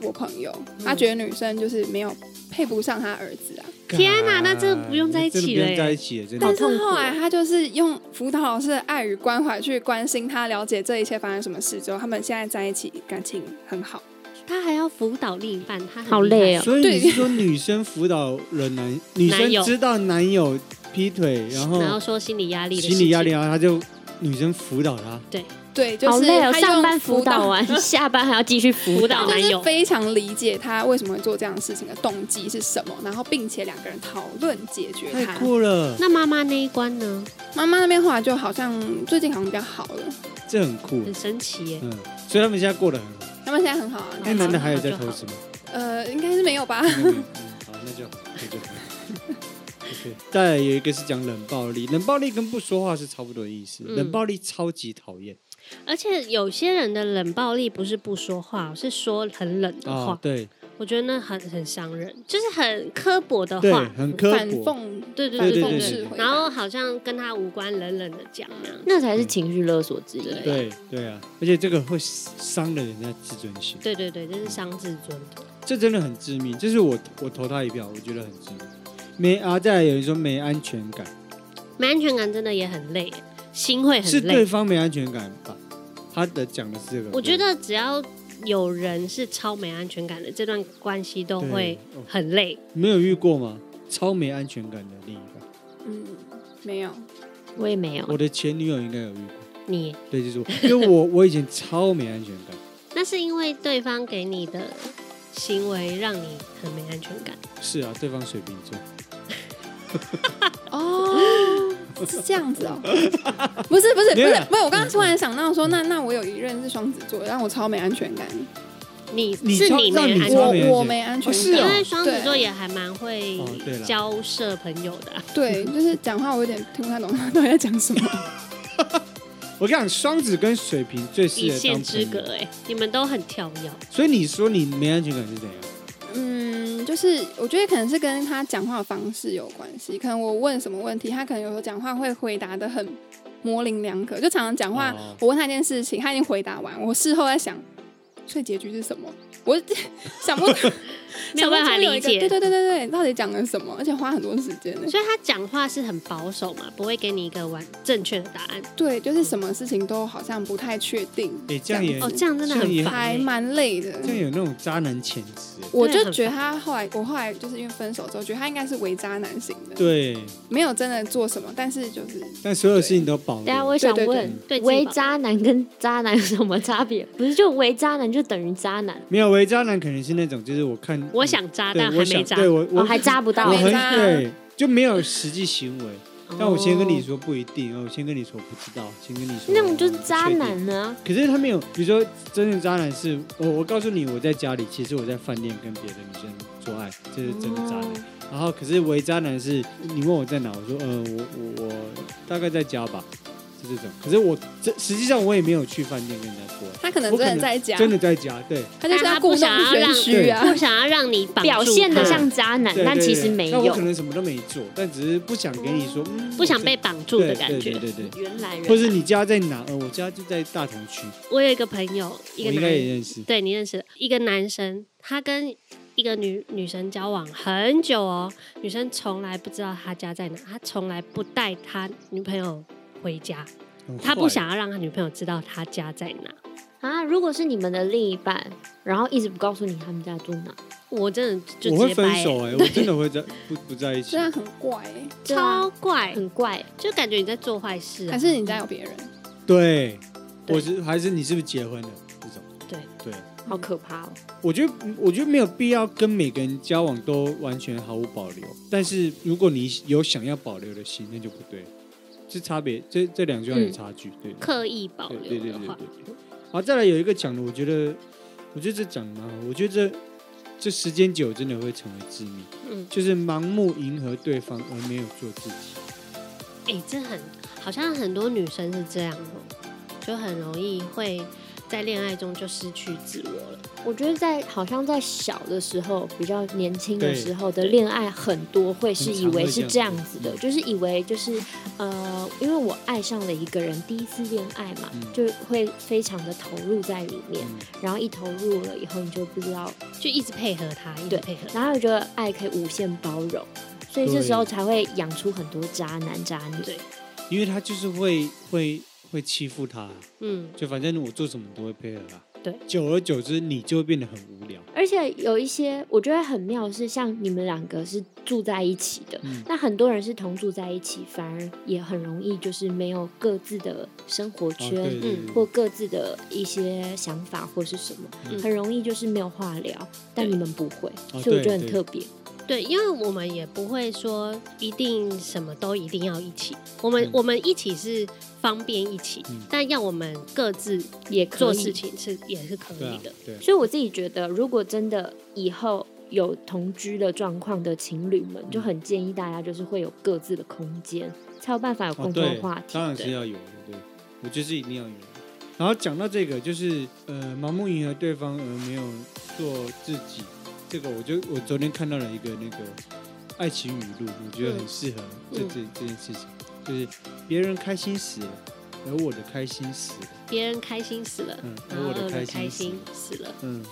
Speaker 4: 我朋友，她觉得女生就是没有配不上她儿子啊。
Speaker 1: 天哪那这不用在一起
Speaker 2: 真的不
Speaker 1: 了
Speaker 2: 用
Speaker 1: 耶
Speaker 2: 在一起了，真的
Speaker 3: 好
Speaker 4: 但是
Speaker 3: 痛苦
Speaker 4: 后
Speaker 3: 哦
Speaker 4: 来他就是用辅导老师的爱与关怀去关心他，了解这一切发生什么事之后，他们现在在一起，感情很好。
Speaker 1: 他还要辅导另一半，他很
Speaker 3: 好
Speaker 1: 厉害
Speaker 3: 累哦
Speaker 2: 所以你
Speaker 4: 对
Speaker 2: 是说女生辅导了男女
Speaker 1: 男友
Speaker 2: 生知道男友劈腿，然后
Speaker 1: 然后说心理压力的事情，
Speaker 2: 心理压力，然后他就女生辅导他，
Speaker 4: 对，就
Speaker 3: 好
Speaker 4: 是
Speaker 3: 累哦，
Speaker 4: 他
Speaker 3: 上
Speaker 4: 用
Speaker 3: 班辅导完， 下班还要继续辅
Speaker 1: 辅
Speaker 3: 导
Speaker 1: 导。
Speaker 4: 就
Speaker 1: 男
Speaker 4: 是
Speaker 1: 友
Speaker 4: 非常理解他为什么会做这样的事情的动机是什么，然后并且两个人讨论解决
Speaker 1: 嗯
Speaker 2: 太
Speaker 4: 他。
Speaker 2: 酷了，
Speaker 1: 那妈妈那一关呢？
Speaker 4: 妈妈那边后来就好像最近好像比较好 了，
Speaker 2: 这很酷
Speaker 1: 很，神奇耶。
Speaker 2: 嗯，所以他们现在过得很好。
Speaker 4: 他们现在很好啊。
Speaker 2: 那
Speaker 1: 嗯
Speaker 2: 男的还有在偷吃吗？
Speaker 4: 呃，应该是没有吧？
Speaker 2: 嗯，好，那就好，那就好。OK，再来有一个是讲冷暴力，冷暴力跟不说话是差不多的意思，
Speaker 1: 嗯
Speaker 2: 冷暴力超级讨厌
Speaker 1: 而且有些人的冷暴力不是不说话，是说很冷的话，
Speaker 2: 啊，对
Speaker 1: 我觉得那很很伤人，就是很刻薄的
Speaker 2: 对，
Speaker 1: 话，
Speaker 2: 很
Speaker 4: 反
Speaker 2: 刻薄，
Speaker 4: 讽
Speaker 1: 对对
Speaker 4: 反
Speaker 1: 对
Speaker 4: 讽
Speaker 1: 对
Speaker 4: 式
Speaker 1: 对。
Speaker 4: 回答
Speaker 1: 然后好像跟他无关，冷冷的讲啊那样。
Speaker 3: 那才是情绪勒索之一。
Speaker 1: 对
Speaker 2: 对对啊，而且这个会伤了人家自尊心，
Speaker 1: 对对对，这是伤自尊的。
Speaker 2: 这真的很致命。这是我我投他一票，我觉得很致命。没啊，再来有人说没安全感，
Speaker 1: 没安全感真的也很累，心会
Speaker 2: 是
Speaker 1: 很
Speaker 2: 对
Speaker 1: 累。
Speaker 2: 方没安全感吧？他的讲的是这个，
Speaker 1: 我觉得只要有人是超没安全感的，这段关系都
Speaker 2: 对
Speaker 1: 会
Speaker 2: 哦
Speaker 1: 很累。
Speaker 2: 没有遇过吗？超没安全感的另一半，
Speaker 4: 嗯，没有。
Speaker 3: 我也
Speaker 1: 哦
Speaker 3: 没有
Speaker 2: 我，的前女友应该有遇过，
Speaker 1: 你
Speaker 2: 对，就是我，因为我 我以前超没安全感。
Speaker 1: 那是因为对方给你的行为让你很没安全感。
Speaker 2: 是啊，对方水瓶座，
Speaker 4: 哦， 是这样子哦，不是不是不
Speaker 2: 没有
Speaker 4: 是
Speaker 2: 啦
Speaker 4: 不是，我刚刚突然想到说，那那我有一任是双子座，让我超没安全感，
Speaker 1: 你
Speaker 2: 你
Speaker 1: 是
Speaker 2: 超
Speaker 1: 你没
Speaker 2: 让你
Speaker 1: 安全
Speaker 2: 超
Speaker 1: 感
Speaker 2: 没安全感
Speaker 4: 我我没安全
Speaker 2: 哦是
Speaker 1: 因
Speaker 2: 哦
Speaker 4: 感，
Speaker 1: 为双子座
Speaker 4: 对
Speaker 1: 也还蛮会
Speaker 2: 哦对啦
Speaker 1: 交涉朋友的啊、
Speaker 4: 对，就是讲话我有点听不太懂他到底在讲什么，
Speaker 2: 我跟你讲，双子跟水瓶最适
Speaker 1: 一
Speaker 2: 合
Speaker 1: 线
Speaker 2: 当
Speaker 1: 之
Speaker 2: 朋
Speaker 1: 隔
Speaker 2: 友。
Speaker 1: 哎、你们都很跳跃。
Speaker 2: 所以你说你没安全感是怎样？
Speaker 4: 嗯，就是我觉得可能是跟他讲话的方式有关系，可能我问什么问题，他可能有时候讲话会回答的很模棱两可，就常常讲话，
Speaker 2: 哦
Speaker 4: 我问他一件事情，他已经回答完，我事后在想，所以结局是什么？我 想不
Speaker 1: 没有办法理解
Speaker 4: 对对对对对，到底讲了什么？而且花很多时间呢。
Speaker 1: 所以他讲话是很保守嘛，不会给你一个完正确的答案。
Speaker 4: 对，就是什么事情都好像不太确定。
Speaker 2: 诶这样也
Speaker 1: 哦，
Speaker 4: 子
Speaker 1: 这样真的
Speaker 2: 这样
Speaker 1: 很
Speaker 2: 也
Speaker 1: 烦、
Speaker 4: 还
Speaker 1: 欸。
Speaker 4: 蛮累的。
Speaker 2: 这样有那种渣男潜质。
Speaker 4: 我
Speaker 1: 对
Speaker 4: 就
Speaker 1: 很
Speaker 4: 觉得他后来，我后来就是因为分手之后，觉得他应该是伪渣男型的，，
Speaker 2: 对，
Speaker 4: 没有真的做什么，但是就是
Speaker 2: 但所有事情都保留。
Speaker 3: 大啊家我想
Speaker 4: 对对
Speaker 3: 问，
Speaker 1: 对自己
Speaker 3: 伪
Speaker 1: 吧
Speaker 3: 渣男跟渣男有什么差别？ 不是就伪渣男就等于渣男，哦
Speaker 2: 没有伪渣男，可能是那种就是我看
Speaker 1: 我想渣，
Speaker 2: 对
Speaker 1: 但还
Speaker 2: 我
Speaker 1: 没
Speaker 2: 想
Speaker 1: 渣。
Speaker 2: 对我
Speaker 3: 我
Speaker 2: 我
Speaker 3: 还渣不到
Speaker 2: 我
Speaker 4: 还。没
Speaker 2: 很
Speaker 4: 渣啊
Speaker 2: 对，就没有实际行为。但我先跟你
Speaker 3: 哦，
Speaker 2: 说不一定，我先跟你说我不知道，先跟你说
Speaker 3: 那种就是
Speaker 2: 我不
Speaker 3: 渣
Speaker 2: 确定
Speaker 3: 男啊呢？
Speaker 2: 可是他没有，比如说真正渣男是，我我告诉你，我在家里，其实我在饭店跟别的女生做爱，这是真的渣男。
Speaker 3: 哦
Speaker 2: 然后可是伪渣男是，你问我在哪，我说呃我我我大概在家吧，是这种。可是我这实际上我也没有去饭店跟人家做爱，
Speaker 4: 他可能
Speaker 2: 我可
Speaker 4: 真的
Speaker 2: 能
Speaker 4: 在家，
Speaker 2: 真的在家， 对
Speaker 4: 他就是要故弄
Speaker 1: 但他不想要
Speaker 4: 玄
Speaker 1: 让
Speaker 4: 虚啊。
Speaker 1: 不想要让你绑住
Speaker 3: 表现的
Speaker 1: 他
Speaker 3: 像渣男，
Speaker 2: 对。
Speaker 3: 但
Speaker 2: 对
Speaker 3: 其
Speaker 2: 对
Speaker 3: 实没
Speaker 2: 那我可
Speaker 3: 有。
Speaker 2: 能什么都没做，但只是不想给你说，嗯
Speaker 1: 不想被。绑住的
Speaker 2: 对
Speaker 1: 感觉。
Speaker 2: 对对对
Speaker 3: 原来
Speaker 2: 我，或是你家在哪？呃，我家就在大同区，
Speaker 1: 我有一个朋友，
Speaker 2: 我
Speaker 1: 一个
Speaker 2: 应
Speaker 1: 男
Speaker 2: 该也认识。
Speaker 1: 对你认识一个男生，他跟一个女女生交往很久哦，女生从来不知道他家在哪，他从来不带他女朋友回家，
Speaker 2: 很
Speaker 1: 他不
Speaker 2: 坏
Speaker 1: 想要让他女朋友知道他家在哪。
Speaker 3: 啊，如果是你们的另一半，然后一直不告诉你他们家住哪，
Speaker 1: 我真的就
Speaker 2: 我
Speaker 1: 直
Speaker 2: 会
Speaker 1: 接
Speaker 2: 分
Speaker 1: 掰、啊
Speaker 2: 手哎、我真的会在不不在一起
Speaker 4: 这。样很怪欸，
Speaker 3: 对啊
Speaker 1: 超怪，
Speaker 3: 很怪。
Speaker 1: 就感觉你在做坏事、啊。
Speaker 4: 还是你家有别人？
Speaker 2: 对，
Speaker 1: 对
Speaker 2: 我是还是你是不是结婚了这种？
Speaker 1: 对
Speaker 2: 对，
Speaker 3: 好可怕哦！
Speaker 2: 我觉得我觉得没有必要跟每个人交往都完全毫无保留，但是如果你有想要保留的心，那就不对，这差别这这两句话有
Speaker 3: 嗯
Speaker 2: 差距，对
Speaker 1: 刻意保
Speaker 2: 对
Speaker 1: 留的话，
Speaker 2: 对对对对对。好，再来有一个讲的，我觉得我觉得这讲的蛮好，我觉得这这时间久真的会成为致命，
Speaker 1: 嗯，
Speaker 2: 就是盲目迎合对方而没有做自己。
Speaker 1: 哎、这很好像很多女生是这样哦、就很容易会在恋爱中就失去自我了。
Speaker 3: 我觉得在好像在小的时候，比较年轻
Speaker 2: 对
Speaker 3: 的时候的恋爱，很多会是
Speaker 2: 很
Speaker 3: 以
Speaker 2: 常
Speaker 3: 为
Speaker 2: 会
Speaker 3: 是
Speaker 2: 这
Speaker 3: 这
Speaker 2: 样
Speaker 3: 样
Speaker 2: 子
Speaker 3: 子的，
Speaker 2: 嗯
Speaker 3: 就是以为就是呃，因为我爱上了一个人，第一次恋爱嘛，
Speaker 2: 嗯
Speaker 3: 就会非常的投入在里面，
Speaker 2: 嗯，
Speaker 3: 然后一投入了以后，你就不知道
Speaker 1: 就一直配合他，一直
Speaker 3: 对
Speaker 1: 配合他。
Speaker 3: 然后我觉得爱可以无限包容，所以这时候
Speaker 2: 对
Speaker 3: 才会养出很多渣男渣女。
Speaker 1: 对
Speaker 2: 因为他就是会会会欺负他，啊
Speaker 1: 嗯，
Speaker 2: 就反正我做什么都会配合他。
Speaker 1: 对，
Speaker 2: 久而久之，你就会变得很无聊。哦
Speaker 3: 而且有一些我觉得很妙的是，像你们两个是住在一起的，
Speaker 2: 嗯
Speaker 3: 那很多人是同住在一起，反而也很容易就是没有各自的生活
Speaker 2: 哦，
Speaker 3: 圈、
Speaker 2: 对对对
Speaker 1: 嗯
Speaker 2: 对
Speaker 3: 或各自的一些想法或是什么，
Speaker 2: 嗯
Speaker 3: 很容易就是没有话聊。但
Speaker 1: 对
Speaker 3: 你们不会，
Speaker 2: 哦
Speaker 3: 所以我
Speaker 2: 对
Speaker 3: 觉得很
Speaker 2: 对
Speaker 3: 特别。
Speaker 1: 对，因为我们也不会说一定什么都一定要一起，我们、
Speaker 2: 嗯
Speaker 1: 我们一起是方便一起，
Speaker 2: 嗯
Speaker 1: 但要我们各自
Speaker 3: 也可以
Speaker 1: 做事情是也是可
Speaker 2: 对啊
Speaker 1: 以的。，
Speaker 2: 对啊。
Speaker 3: 所以我自己觉得，如果真的以后有同居的状况的情侣们，就很建议大家就是会有各自的空间，才有办法有
Speaker 2: 哦，
Speaker 3: 共
Speaker 2: 对
Speaker 3: 同话，题。
Speaker 2: 当然是
Speaker 3: 对
Speaker 2: 要有的，对，我觉得是一定要有的。然后讲到这个，就是呃，盲目迎合对方而没有做自己，这个我就我昨天看到了一个那个爱情语录，我觉得很适合这这、这件事情，就是别人开心死了，而我的开心死了，
Speaker 1: 别人开心死了，
Speaker 2: 嗯，
Speaker 1: 然
Speaker 2: 而
Speaker 1: 后
Speaker 2: 我
Speaker 1: 开
Speaker 2: 的心死了
Speaker 1: 心，死了。
Speaker 2: 嗯，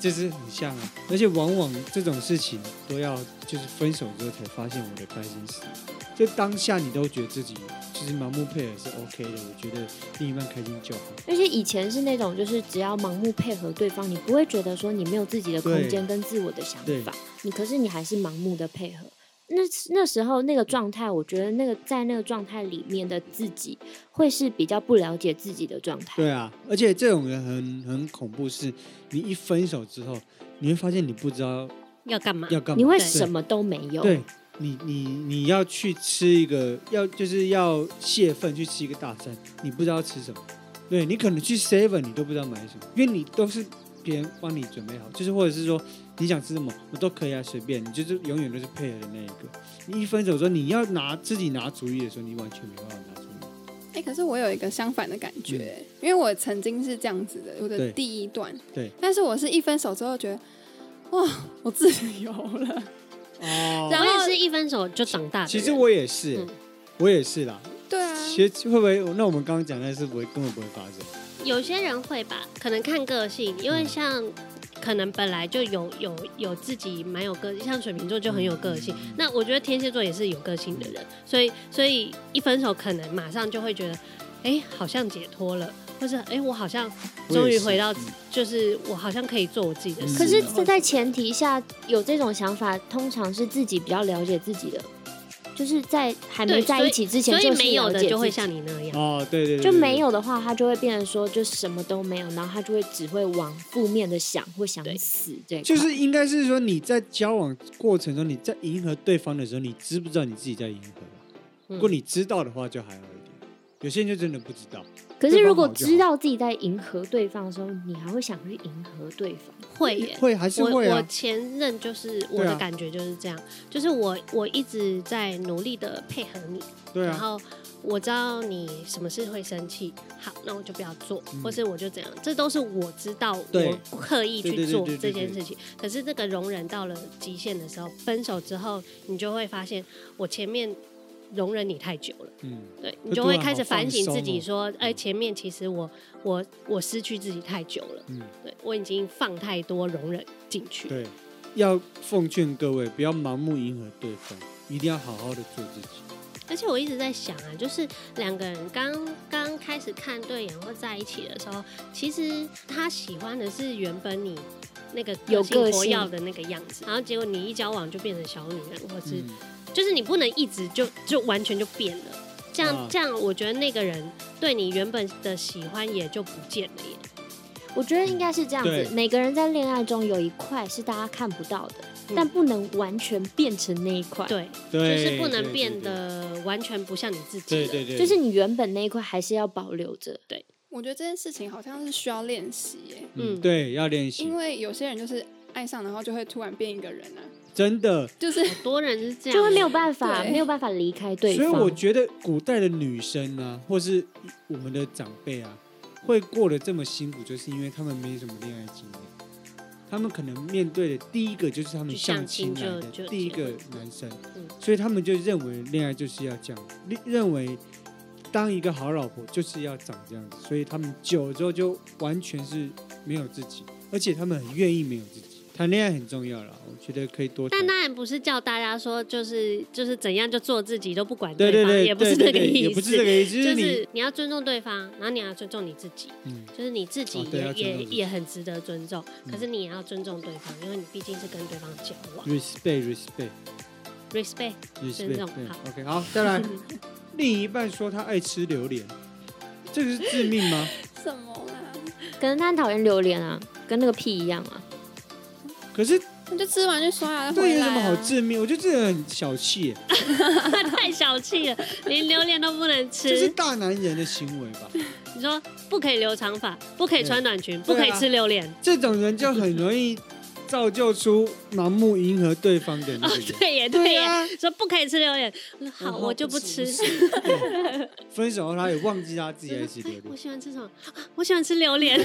Speaker 2: 就是很像啊。而且往往这种事情都要就是分手之后才发现我的开心死了，就当下你都觉得自己就是盲目配合是 OK 的，我觉得另一半开心就好。
Speaker 3: 而且以前是那种，就是只要盲目配合对方，你不会觉得说你没有自己的空间跟自我的想
Speaker 2: 对
Speaker 3: 法，你可是你还是盲目的配合。那那时候那个状态，我觉得那个在那个状态里面的自己，会是比较不了解自己的状态。
Speaker 2: 对啊，而且这种人很很恐怖是，你一分手之后，你会发现你不知道
Speaker 1: 要干嘛？
Speaker 2: 要干嘛，
Speaker 3: 你会
Speaker 1: 对
Speaker 3: 什么都没有，
Speaker 2: 对。你你你要去吃一个，要就是要泄愤去吃一个大餐，你不知道吃什么，对你可能去 seven 你都不知道买什么，因为你都是别人帮你准备好，就是或者是说你想吃什么我都可以啊，随便，你就是永远都是配合的那一个。你一分手之后，你要拿自己拿主意的时候，你完全没办法拿主意。
Speaker 4: 哎、可是我有一个相反的感觉、因为我曾经是这样子的，
Speaker 2: 嗯
Speaker 4: 我
Speaker 2: 对
Speaker 4: 的第一段，
Speaker 2: 对，
Speaker 4: 但是我是一分手之后觉得，哇， 我自由 了，
Speaker 2: 哦，
Speaker 4: 然
Speaker 1: 我
Speaker 4: 后
Speaker 1: 也是一分手就长大的人。
Speaker 2: 其实我也是、
Speaker 1: 嗯
Speaker 2: 我也是啦，
Speaker 4: 对啊，
Speaker 2: 其实会不会？那我们刚刚讲的是不会，根本不会发生。
Speaker 1: 有些人会吧，可能看个性，因
Speaker 2: 嗯
Speaker 1: 为像可能本来就有有有自己蛮有个性，像水瓶座就很有个性。
Speaker 2: 嗯
Speaker 1: 那我觉得天蝎座也是有个性的人，所以所以一分手可能马上就会觉得，哎、好像解脱了，或是哎、诶我好像终于回到
Speaker 2: 我也是嗯，嗯
Speaker 1: 就是我好像可以做我自己的事。
Speaker 3: 可是
Speaker 2: 是的
Speaker 3: 这在前提下有这种想法，通常是自己比较了解自己的，就是在还没
Speaker 1: 对
Speaker 3: 在一起之前，
Speaker 1: 所以
Speaker 3: 就是
Speaker 1: 没有
Speaker 3: 了
Speaker 1: 的
Speaker 3: 解
Speaker 1: 就会
Speaker 3: 自己
Speaker 1: 像你那样，
Speaker 2: 哦，对对对
Speaker 3: 就
Speaker 2: 对
Speaker 3: 没有的话，他就会变成说就什么都没有，然后他就会只会往负面的想或想
Speaker 1: 对
Speaker 3: 死这一
Speaker 2: 就
Speaker 3: 块
Speaker 2: 是应该是说你在交往过程中，你在迎合对方的时候，你知不知道你自己在迎合啊？
Speaker 1: 嗯
Speaker 2: 如果你知道的话，就还好一点。有些人就真的不知道，
Speaker 3: 可是如果
Speaker 2: 对方好就好
Speaker 3: 知道自己在迎合对方的时候，你还会想去迎合对方。
Speaker 1: 会耶。
Speaker 2: 会还嗯是
Speaker 1: 我
Speaker 2: 会
Speaker 1: 我
Speaker 2: 啊。
Speaker 1: 前任就是我
Speaker 2: 对
Speaker 1: 的
Speaker 2: 啊
Speaker 1: 感觉就是这样，就是我我一直在努力的配合你，
Speaker 2: 对
Speaker 1: 然
Speaker 2: 啊，
Speaker 1: 后我知道你什么事会生气，好，那我就不要做，
Speaker 2: 嗯
Speaker 1: 或是我就怎样，这都是我知道
Speaker 2: 对
Speaker 1: 我刻意
Speaker 2: 对对
Speaker 1: 去
Speaker 2: 对
Speaker 1: 做
Speaker 2: 对对
Speaker 1: 这件事情。可是这个容忍到了极限的时候，分手之后，你就会发现我前面容忍你太久了，
Speaker 2: 嗯，
Speaker 1: 对
Speaker 2: 会
Speaker 1: 你就会
Speaker 2: 突然
Speaker 1: 开始
Speaker 2: 好放
Speaker 1: 反省
Speaker 2: 松
Speaker 1: 自
Speaker 2: 哦
Speaker 1: 己，说，哎，前面其实我我我失去自己太久了，
Speaker 2: 嗯
Speaker 1: 对我已经放太多容忍进去，
Speaker 2: 对。要奉劝各位，不要盲目迎合对方，一定要好好的做自己。
Speaker 1: 而且我一直在想啊，就是两个人刚刚开始看对眼或在一起的时候，其实他喜欢的是原本你那个
Speaker 3: 有个
Speaker 1: 性活
Speaker 3: 性
Speaker 1: 跃的那个样子，然后结果你一交往就变成小女人，或是、
Speaker 2: 嗯，
Speaker 1: 就是你不能一直就就完全就变了，这样、
Speaker 2: 啊
Speaker 1: 这样，我觉得那个人对你原本的喜欢也就不见了耶。
Speaker 3: 我觉得应该是这样
Speaker 2: 对
Speaker 3: 子，每个人在恋爱中有一块是大家看不到的，
Speaker 1: 嗯
Speaker 3: 但不能完全变成那一块。，
Speaker 1: 对，
Speaker 2: 对，
Speaker 1: 就是不能
Speaker 2: 对
Speaker 1: 变。得完全不像你自己
Speaker 2: 对
Speaker 1: 了
Speaker 2: 对对，对
Speaker 3: 就是你原本那一块还是要保留着。
Speaker 4: 我觉得这件事情好像是需要练习耶，
Speaker 2: 嗯，
Speaker 1: 嗯
Speaker 2: 对，要练习
Speaker 4: 因，为有些人就是爱上，然后就会突然变一个人啊，
Speaker 2: 真的。
Speaker 4: 就是
Speaker 1: 好多人是这样，
Speaker 3: 就会没有办法，
Speaker 4: 对
Speaker 3: 没有办法离开对
Speaker 2: 所
Speaker 3: 方。
Speaker 2: 以我觉得古代的女生啊，或是我们的长辈啊，会过得这么辛苦，就是因为他们没什么恋爱经验。他们可能面对的第一个就是他们
Speaker 1: 就相
Speaker 2: 相亲
Speaker 1: 亲
Speaker 2: 来的
Speaker 1: 就就
Speaker 2: 第一个
Speaker 1: 结婚
Speaker 2: 男生
Speaker 1: 嗯，
Speaker 2: 所以他们就认为恋爱就是要这样，认认为当一个好老婆就是要长这样子，所以他们久了之后就完全是没有自己，而且他们很愿意没有自己。谈恋爱很重要啦，我觉得可以多谈。
Speaker 1: 但当然不是叫大家说就是就是怎样就做自己都不管
Speaker 2: 对对
Speaker 1: 方，
Speaker 2: 对，
Speaker 1: 也不是
Speaker 2: 对
Speaker 1: 这
Speaker 2: 对
Speaker 1: 个
Speaker 2: 对
Speaker 1: 意
Speaker 2: 也
Speaker 1: 思，
Speaker 2: 不是这个意思，就
Speaker 1: 就是
Speaker 2: 你
Speaker 1: 是你要尊重对方，然后你也要尊重你自己，
Speaker 2: 嗯，
Speaker 1: 就是你自己
Speaker 2: 哦对
Speaker 1: 也、
Speaker 2: 要尊重
Speaker 1: 也
Speaker 2: 自己
Speaker 1: 也很值得尊重，
Speaker 2: 嗯
Speaker 1: 可是你也要尊重对方，因为你毕竟是跟对方交往
Speaker 2: respect respect
Speaker 1: ，respect。尊
Speaker 2: respect
Speaker 1: 重
Speaker 2: 对。
Speaker 1: 好
Speaker 2: OK，好，再来。另一半说他爱吃榴莲，这个是致命吗？
Speaker 4: 什么
Speaker 2: 啊
Speaker 4: 啦？
Speaker 3: 可能他很讨厌榴莲啊，跟那个屁一样啊。
Speaker 2: 可是
Speaker 4: 那就吃完就刷牙再
Speaker 2: 对
Speaker 4: 回
Speaker 2: 有
Speaker 4: 来、啊。
Speaker 2: 什么好致命？我觉得这个人很小气耶，
Speaker 1: 太小气了，连榴莲都不能
Speaker 2: 这是
Speaker 1: 吃。
Speaker 2: 大男人的行为吧？
Speaker 1: 你说不可以留长发，不可以穿短裙，不可以
Speaker 2: 对啊
Speaker 1: 吃榴莲。
Speaker 2: 这种人就很容易造就出盲目迎合对方的 那
Speaker 1: 哦
Speaker 2: 个人。，
Speaker 1: 对耶，
Speaker 2: 对
Speaker 1: 耶，
Speaker 2: 啊
Speaker 1: 说不可以吃榴莲。我说
Speaker 2: 然
Speaker 1: 好，
Speaker 2: 后
Speaker 1: 我就不吃。
Speaker 2: 对分手后他也忘记他自己爱吃榴
Speaker 1: 我
Speaker 2: 莲
Speaker 1: 喜欢吃什么？啊我喜欢吃榴莲。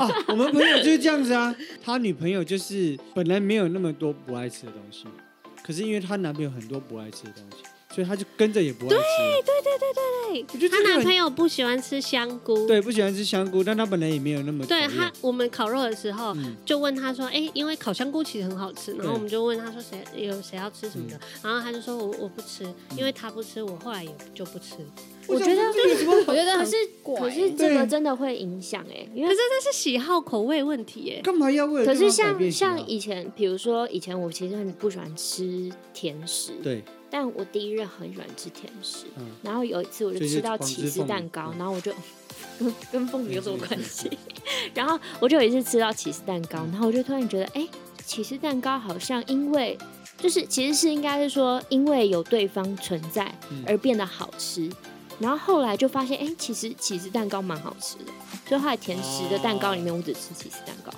Speaker 2: 啊。我们朋友就是这样子啊，他女朋友就是本来没有那么多不爱吃的东西，可是因为她男朋友很多不爱吃的东西，所以她就跟着也不爱吃了。
Speaker 1: 对
Speaker 2: 我觉
Speaker 1: 她
Speaker 2: 得这个
Speaker 1: 男
Speaker 2: 很
Speaker 1: 朋友不喜欢吃香菇。
Speaker 2: 对，不喜欢吃香菇，但他本来也没有那么
Speaker 1: 对，
Speaker 2: 讨厌
Speaker 1: 他，我们烤肉的时候。
Speaker 2: 嗯，
Speaker 1: 就问他说：“哎、因为烤香菇其实很好吃。”然后
Speaker 2: 对
Speaker 1: 我们就问他说谁：“有谁要吃什么的？”然后他就说我：“我不吃，因为他不吃，我后来也就不吃。”
Speaker 3: 我觉得
Speaker 2: 这个什么
Speaker 4: 我觉得
Speaker 3: 可
Speaker 4: 很
Speaker 3: 是
Speaker 4: 怪
Speaker 3: 可是这
Speaker 2: 对
Speaker 3: 个真的会影响哎、因
Speaker 1: 可
Speaker 3: 为
Speaker 1: 是这是喜好口味问题耶、
Speaker 2: 干嘛要为了
Speaker 3: 可
Speaker 2: 对
Speaker 3: 是
Speaker 2: 方改
Speaker 3: 像
Speaker 2: 变喜啊好
Speaker 3: 像以前，比如说以前我其实很不喜欢吃甜食，
Speaker 2: 对，
Speaker 3: 但我第一任很喜欢吃甜食，
Speaker 2: 嗯，
Speaker 3: 然后有一次我就
Speaker 2: 所以
Speaker 3: 吃
Speaker 2: 是
Speaker 3: 到
Speaker 2: 狂
Speaker 3: 起
Speaker 2: 吃
Speaker 3: 司
Speaker 2: 凤梨
Speaker 3: 蛋糕，
Speaker 2: 嗯
Speaker 3: 然后我就 跟跟凤梨有什么
Speaker 2: 没事
Speaker 3: 关
Speaker 2: 没
Speaker 3: 系
Speaker 2: 事？
Speaker 3: 然后我就有一次吃到起司蛋糕，
Speaker 2: 嗯
Speaker 3: 然后我就突然觉得，哎、起司蛋糕好像因为就是其实是应该是说因为有对方存在
Speaker 2: 嗯
Speaker 3: 而变得好吃。然后后来就发现，哎、其实起司蛋糕蛮好吃的，所以后来甜食的蛋糕里面，我只吃起司蛋糕，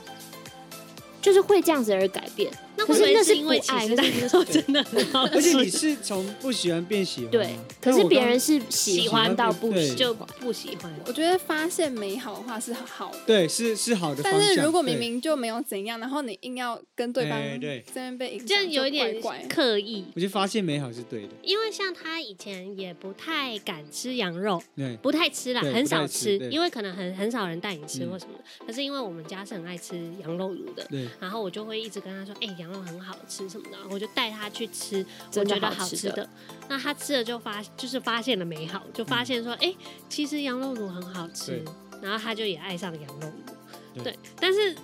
Speaker 3: 就是会这样子而改变。
Speaker 1: 那
Speaker 3: 可
Speaker 1: 会
Speaker 3: 是
Speaker 1: 不会
Speaker 3: 那是
Speaker 1: 因为
Speaker 3: 不
Speaker 1: 起
Speaker 3: 爱
Speaker 1: 司蛋糕真的很好吃？
Speaker 2: 而且你是从不喜欢变喜欢啊，
Speaker 3: 对，可
Speaker 2: 但
Speaker 3: 是
Speaker 2: 我
Speaker 3: 别
Speaker 2: 刚
Speaker 3: 人是喜欢到不
Speaker 2: 对
Speaker 3: 喜
Speaker 1: 就
Speaker 3: 欢。
Speaker 1: 不喜欢。
Speaker 4: 我觉得发现美好的话是好的，
Speaker 2: 对是是好的方
Speaker 4: 但
Speaker 2: 向，
Speaker 4: 是如果明
Speaker 2: 对
Speaker 4: 明就没有怎样，然后你硬要跟对方
Speaker 2: 哎对
Speaker 4: 这边被影响，
Speaker 1: 这样有一点
Speaker 4: 就怪怪。
Speaker 1: 刻意，
Speaker 2: 我就发现美好是对的，
Speaker 1: 因为像他以前也不太敢吃羊肉，
Speaker 2: 对，
Speaker 1: 不太吃啦，
Speaker 2: 对
Speaker 1: 很少
Speaker 2: 不太吃对
Speaker 1: 因为可能很很少人带你吃
Speaker 2: 嗯
Speaker 1: 或什么的。可是因为我们家是很爱吃羊肉炉的。
Speaker 2: 对，
Speaker 1: 然后我就会一直跟他说：“哎、羊肉很好吃什么的。”然后我就带他去吃我
Speaker 3: 真的
Speaker 1: 觉得
Speaker 3: 好
Speaker 1: 好
Speaker 3: 吃
Speaker 1: 吃
Speaker 3: 的
Speaker 1: 的。那他吃了就发，就是发现了美好，就发现说：“哎、其实羊肉炉很好吃
Speaker 2: 嗯对。”
Speaker 1: 然后他就也爱上羊肉炉。
Speaker 2: 对
Speaker 1: 对，但是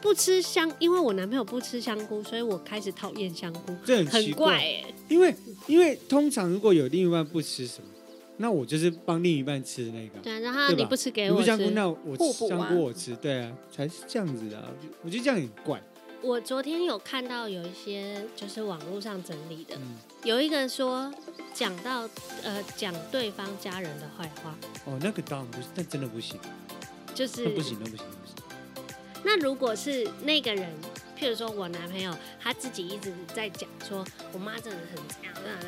Speaker 1: 不吃香，因为我男朋友不吃香菇，所以我开始讨厌香菇，
Speaker 2: 这很
Speaker 1: 很
Speaker 2: 奇
Speaker 1: 怪
Speaker 2: 怪，
Speaker 1: 哎、
Speaker 2: 因为因为通常如果有另一半不吃什么，那我就是帮另一半吃的那个啊。
Speaker 1: 对啊，然后
Speaker 2: 对吧
Speaker 1: 你不吃给
Speaker 2: 你
Speaker 1: 我
Speaker 2: 不
Speaker 1: 吃
Speaker 2: 香，菇，那我
Speaker 4: 互
Speaker 2: 吃
Speaker 4: 补
Speaker 2: 香
Speaker 4: 啊
Speaker 2: 菇我吃，对啊，才是这样子的啊。我觉得这样很怪，
Speaker 1: 我昨天有看到有一些就是网络上整理的，
Speaker 2: 嗯，
Speaker 1: 有一个说讲到呃讲对方家人的坏话，
Speaker 2: 哦，那个当然不是，那真的不行，
Speaker 1: 就
Speaker 2: 那
Speaker 1: 是
Speaker 2: 不行，那不行，那不行。
Speaker 1: 那如果是那个人，譬如说我男朋友，他自己一直在讲说我妈真的很怎样怎样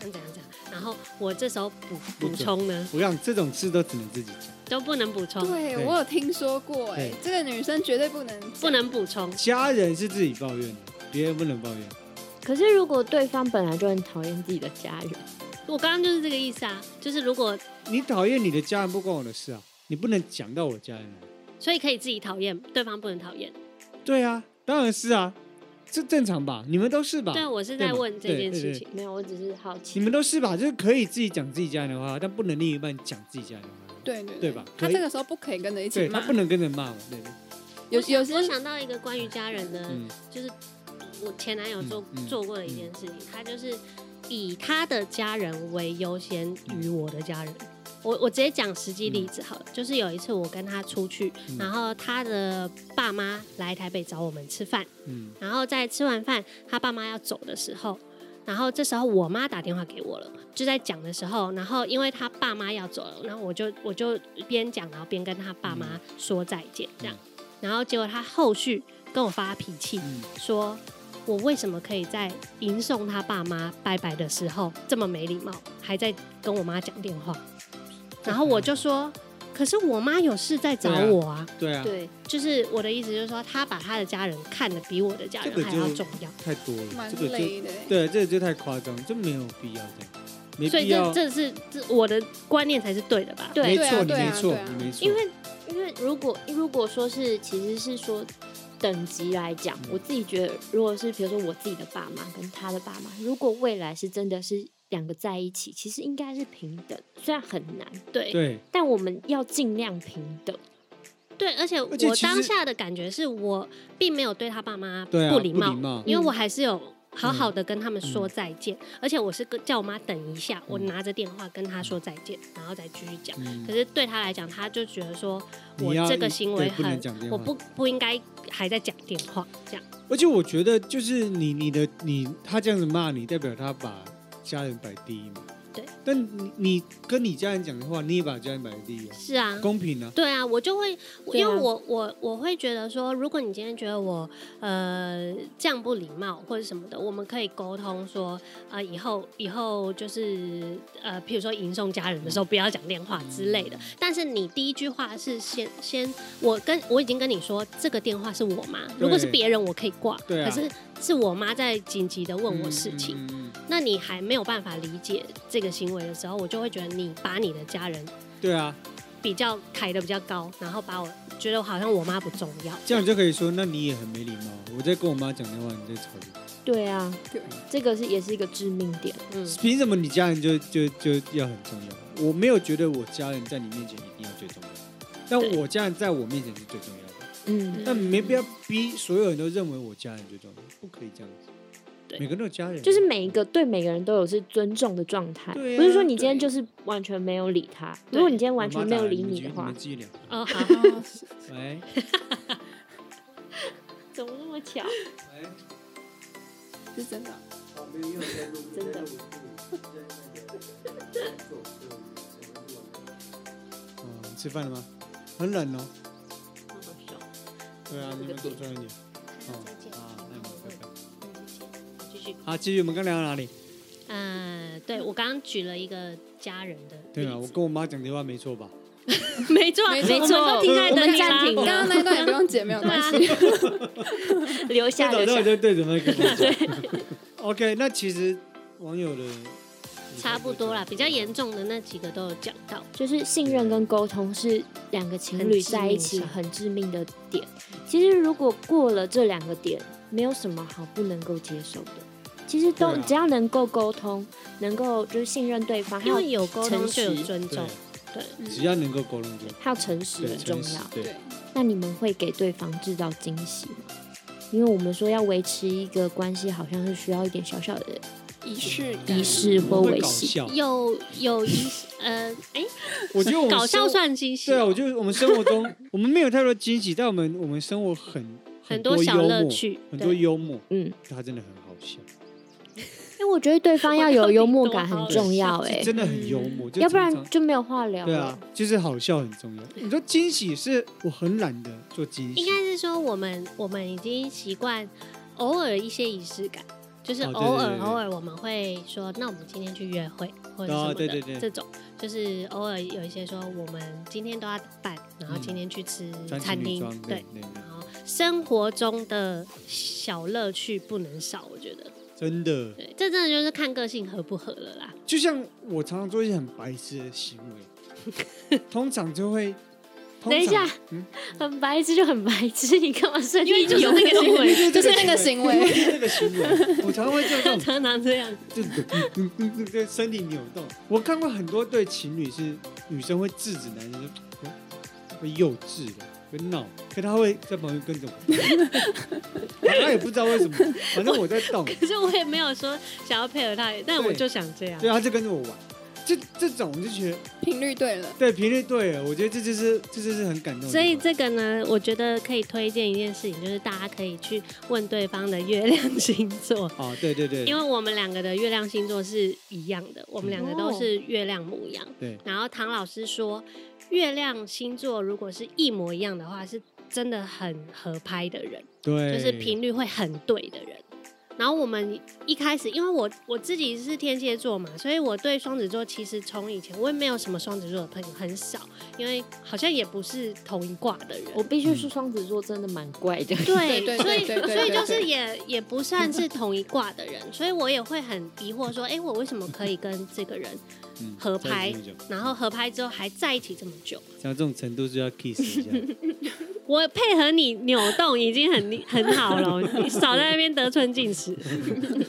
Speaker 1: 怎样怎样怎样，然后我这时候补
Speaker 2: 不
Speaker 1: 补
Speaker 2: 准
Speaker 1: 充呢
Speaker 2: 不让这种事都只能自己讲，
Speaker 1: 都不能补充，
Speaker 4: 对
Speaker 2: 对
Speaker 4: 我有听说过、哎
Speaker 2: 对，
Speaker 4: 这个女生绝对不能
Speaker 1: 不能补充，
Speaker 2: 家人是自己抱怨的，别人不能抱怨。
Speaker 3: 可是如果对方本来就很讨厌自己的家人，
Speaker 1: 我刚刚就是这个意思啊，就是如果
Speaker 2: 你讨厌你的家人不关我的事啊，你不能讲到我家人来。
Speaker 1: 所以可以自己讨厌，对方不能讨厌。
Speaker 2: 对啊，当然是啊，这正常吧？你们都是吧？
Speaker 1: 对，我是在
Speaker 2: 嘛
Speaker 1: 问这
Speaker 2: 啊对
Speaker 1: 件
Speaker 2: 对
Speaker 1: 事
Speaker 2: 对
Speaker 1: 情。
Speaker 3: 没有，我只是好奇
Speaker 2: 你。们都是吧？就是可以自己讲自己家人的话，但不能另一半讲自己家人的话。
Speaker 4: 对对
Speaker 2: 对吧
Speaker 4: 他
Speaker 2: 可以
Speaker 4: 这个时候不可以跟着一起
Speaker 2: 对他
Speaker 4: 骂，
Speaker 2: 不能跟人骂嘛，对对，
Speaker 4: 有
Speaker 1: 我想
Speaker 4: 有些
Speaker 1: 我想到一个关于家人的，
Speaker 2: 嗯，
Speaker 1: 就是我前男友做、
Speaker 2: 嗯嗯
Speaker 1: 做过的一件事情，他就是以他的家人为优先
Speaker 2: 嗯
Speaker 1: 于我的家人。我我直接讲实际例子好了，就是有一次我跟他出去，
Speaker 2: 嗯
Speaker 1: 然后他的爸妈来台北找我们吃饭，
Speaker 2: 嗯
Speaker 1: 然后在吃完饭，他爸妈要走的时候，然后这时候我妈打电话给我了，就在讲的时候，然后因为他爸妈要走了，然后我就我就边讲，然后边跟他爸
Speaker 2: 嗯
Speaker 1: 妈说再见，这样，然后结果他后续跟我发脾气，
Speaker 2: 嗯，
Speaker 1: 说我为什么可以在迎送他爸妈拜拜的时候这么没礼貌，还在跟我妈讲电 话，然后我就说，可是我妈有事在找
Speaker 2: 对啊
Speaker 1: 我啊
Speaker 2: 对啊，
Speaker 3: 对，
Speaker 1: 就是我的意思，就是说他把他的家人看得比我的家人还要重要，
Speaker 2: 太多了，
Speaker 4: 蛮
Speaker 2: 这个就
Speaker 4: 累的欸。
Speaker 2: 对，这个就太夸张，这没有必要这样，没
Speaker 1: 所
Speaker 2: 必
Speaker 1: 以
Speaker 2: 要
Speaker 1: 这，这是这我的观念才是对的吧？
Speaker 3: 对
Speaker 2: 没
Speaker 4: 对啊
Speaker 2: 错，你
Speaker 4: 对啊
Speaker 2: 没错
Speaker 4: 对，啊
Speaker 2: 你没错，
Speaker 3: 因为因为如果如果说是其实是说等级来讲，
Speaker 2: 嗯
Speaker 3: 我自己觉得，如果是比如说我自己的爸妈跟他的爸妈，如果未来是真的是两个在一起，其实应该是平等，虽然很难，
Speaker 1: 对
Speaker 2: 对，
Speaker 3: 但我们要尽量平等。
Speaker 1: 对而且
Speaker 2: 而且
Speaker 1: 我
Speaker 2: 其实
Speaker 1: 当下的感觉是我并没有对他爸妈
Speaker 2: 对啊，不
Speaker 1: 礼貌，
Speaker 2: 貌，嗯
Speaker 1: 因为我还是有。好好的跟他们说再见，而且我是跟叫我妈等一下，我拿着电话跟她说再见，然后再继续讲。
Speaker 2: 嗯
Speaker 1: 可是对他来讲，他就觉得说我
Speaker 2: 你要
Speaker 1: 这个行为
Speaker 2: 对不能
Speaker 1: 很
Speaker 2: 讲电，
Speaker 1: 我
Speaker 2: 话
Speaker 1: 不不应该还在讲电话这样。
Speaker 2: 而且我觉得就是你你的你他这样子骂你，代表他把家人摆第一嘛，
Speaker 1: 对，
Speaker 2: 但你你跟你家人讲的话，你也把家人摆第一啊，
Speaker 1: 是啊，
Speaker 2: 公平啊，
Speaker 1: 对啊，我就会，
Speaker 3: 对啊
Speaker 1: 因为我我我会觉得说，如果你今天觉得我呃这样不礼貌或者什么的，我们可以沟通说，呃，以后以后就是呃，譬如说迎送家人的时候不要讲电话之类的。但是你第一句话是先先，我跟我已经跟你说，这个电话是我妈，如果是别人我可以挂，
Speaker 2: 对啊
Speaker 1: 可是是我妈在紧急的问我事情，
Speaker 2: 嗯，嗯嗯
Speaker 1: 那你还没有办法理解这个行为的时候，我就会觉得你把你的家人
Speaker 2: 对啊，
Speaker 1: 比较抬的比较高，然后把我觉得好像我妈不重要，
Speaker 2: 这样就可以说，那你也很没礼貌。我在跟我妈讲电话，你在吵架，
Speaker 3: 对啊，
Speaker 4: 对
Speaker 3: 这个是也是一个致命点。
Speaker 1: 嗯，
Speaker 2: 凭什么你家人就就就要很重要？我没有觉得我家人在你面前一定要最重要，但
Speaker 1: 对
Speaker 2: 我家人在我面前是最重要的。
Speaker 3: 嗯，
Speaker 2: 但没必要逼所有人都认为我家人最重要，不可以这样子。
Speaker 1: 对
Speaker 2: 每个人都有家人，啊
Speaker 3: 就是每一个对每个人都有是尊重的状态，
Speaker 2: 对啊
Speaker 3: 不是说你今天就是完全没有理他。
Speaker 1: 对
Speaker 3: 如果你今天
Speaker 2: 我
Speaker 3: 完
Speaker 2: 妈
Speaker 3: 全
Speaker 2: 打
Speaker 3: 没有
Speaker 2: 来
Speaker 3: 理
Speaker 2: 们
Speaker 3: 你
Speaker 2: 继
Speaker 3: 的
Speaker 2: 续
Speaker 3: 话
Speaker 2: 们，自己聊。
Speaker 1: 哦好，
Speaker 4: 哦是
Speaker 2: 喂，
Speaker 3: 怎么那 么巧？
Speaker 2: 喂，
Speaker 4: 是真的。
Speaker 2: 好，哦没有在录，
Speaker 3: 真的在录
Speaker 2: 嗯，吃饭了吗？很冷哦。对啊，你们多穿一点。哦，啊，那我拜拜。
Speaker 1: 继续，
Speaker 2: 好，继续，我们刚聊到哪里？
Speaker 1: 嗯、对我刚刚举了一个家人的例子，
Speaker 2: 对啊，我跟我妈讲电话没错吧？
Speaker 1: 没错
Speaker 4: 没
Speaker 1: 错，
Speaker 4: 错
Speaker 1: 我们都停下来
Speaker 3: 我们
Speaker 1: 等你
Speaker 3: 暂停
Speaker 1: 啦
Speaker 4: 刚刚那一段也不用剪，没有
Speaker 1: 对
Speaker 4: 关
Speaker 1: 啊
Speaker 4: 系。，
Speaker 3: 留
Speaker 2: 这
Speaker 3: 下
Speaker 2: 早
Speaker 3: 留
Speaker 2: 知道
Speaker 3: 下
Speaker 2: 我。就对着麦克风 讲。OK，那其实网友的
Speaker 1: 差不多啦，比较严重的那几个都有讲到，
Speaker 3: 就是信任跟沟通是两个情侣在一起
Speaker 1: 很
Speaker 3: 很致命的点。其实如果过了这两个点，没有什么好不能够接受的。其实都、
Speaker 2: 对啊
Speaker 3: 只要能够沟通，能够就是信任对方，还
Speaker 1: 因
Speaker 3: 有
Speaker 1: 为有沟通就有尊重，对，
Speaker 2: 对，只要能够沟通就
Speaker 3: 还有诚实
Speaker 2: 对
Speaker 3: 很重
Speaker 2: 诚实
Speaker 3: 要。
Speaker 2: 对
Speaker 4: 对，
Speaker 3: 那你们会给对方制造惊喜吗？因为我们说要维持一个关系，好像是需要一点小小的
Speaker 4: 仪式感
Speaker 3: 仪式或
Speaker 2: 会
Speaker 3: 微
Speaker 2: 搞
Speaker 3: 信
Speaker 2: 笑。
Speaker 1: 有有一呃，哎、
Speaker 2: 我觉得我们
Speaker 1: 搞笑
Speaker 2: 生
Speaker 1: 算惊喜，哦
Speaker 2: 对啊，我觉得我们生活中 我们没有太多惊喜，但我们我们生活很
Speaker 1: 很
Speaker 2: 多
Speaker 1: 多小
Speaker 2: 幽
Speaker 1: 乐
Speaker 2: 默，
Speaker 1: 趣，
Speaker 2: 很多幽默，
Speaker 3: 嗯，
Speaker 2: 他真的很好笑，
Speaker 3: 因为我觉得对方要有幽默感
Speaker 1: 我
Speaker 3: 很
Speaker 1: 到底多好
Speaker 3: 重要哎、
Speaker 2: 是真的很幽默，
Speaker 1: 嗯
Speaker 2: 就
Speaker 3: 要不
Speaker 2: 常
Speaker 3: 然
Speaker 2: 常
Speaker 3: 就没有话聊
Speaker 2: 对
Speaker 3: 了。
Speaker 2: 啊，就是好笑很重要。你说惊喜是我很懒得做惊喜
Speaker 1: 应，该是说我们我们已经习惯偶尔一些仪式感，就是
Speaker 2: 哦对
Speaker 1: 偶尔、
Speaker 2: 对对对
Speaker 1: 偶尔我们会说，那我们今天去约会或者什么的、
Speaker 2: 哦对对对
Speaker 1: 这种，就是偶尔有一些说我们今天都要打扮，然后今天去吃
Speaker 2: 嗯穿情
Speaker 1: 餐
Speaker 2: 侣
Speaker 1: 厅，
Speaker 2: 装
Speaker 1: 对
Speaker 2: 对。对，对
Speaker 1: 然后生活中的小乐趣不能少，我觉得，
Speaker 2: 真的，
Speaker 1: 对，这真的就是看个性合不合了啦。
Speaker 2: 就像我常常做一些很白痴的行为，通常就会通
Speaker 3: 等一下
Speaker 2: 常，
Speaker 3: 很白痴就很白痴，你干嘛生
Speaker 1: 因为
Speaker 3: 气？
Speaker 1: 就是那个行为，
Speaker 4: 就是那个行 为
Speaker 2: 就是那个行为，我常常会做这种
Speaker 1: 常常这样。
Speaker 2: 就嗯嗯嗯嗯身体扭动。我看过很多对情侣是女生会制止男生说哎会幼稚的，会闹，可他会在旁边跟着我他也不知道为什么，反正我在动，
Speaker 1: 可是我也没有说想要配合他，但我就想这样
Speaker 2: 对，。他就跟着我玩。这这种我就觉得
Speaker 4: 频率对了，
Speaker 2: 对频率对了，我觉得这就是这就是很感动的地方。
Speaker 1: 所以这个呢，我觉得可以推荐一件事情，就是大家可以去问对方的月亮星座，
Speaker 2: 哦，对对对，
Speaker 1: 因为我们两个的月亮星座是一样的，我们两个都是月亮母羊。
Speaker 2: 对
Speaker 1: 然后唐老师说，月亮星座如果是一模一样的话，是真的很合拍的人，
Speaker 2: 对
Speaker 1: 就是频率会很对的人。然后我们一开始，因为我我自己是天蝎座嘛，所以我对双子座其实从以前我也没有什么双子座的朋友，很少，因为好像也不是同一卦的人。
Speaker 3: 我必须说，双子座真的蛮怪的。
Speaker 1: 对，
Speaker 4: 对对
Speaker 1: 所以
Speaker 4: 对对对
Speaker 1: 所以就是
Speaker 4: 对
Speaker 1: 也也不算是同一卦的人，所以我也会很疑惑说，哎、我为什么可以跟这个人，
Speaker 2: 嗯
Speaker 1: 合
Speaker 2: 在
Speaker 1: 拍
Speaker 2: 这么久
Speaker 1: 然后合拍之后还在一起这么久？
Speaker 2: 像这种程度就要 kiss 一下。
Speaker 1: 我配合你扭动已经很厉很好了，你少在那边得寸进尺。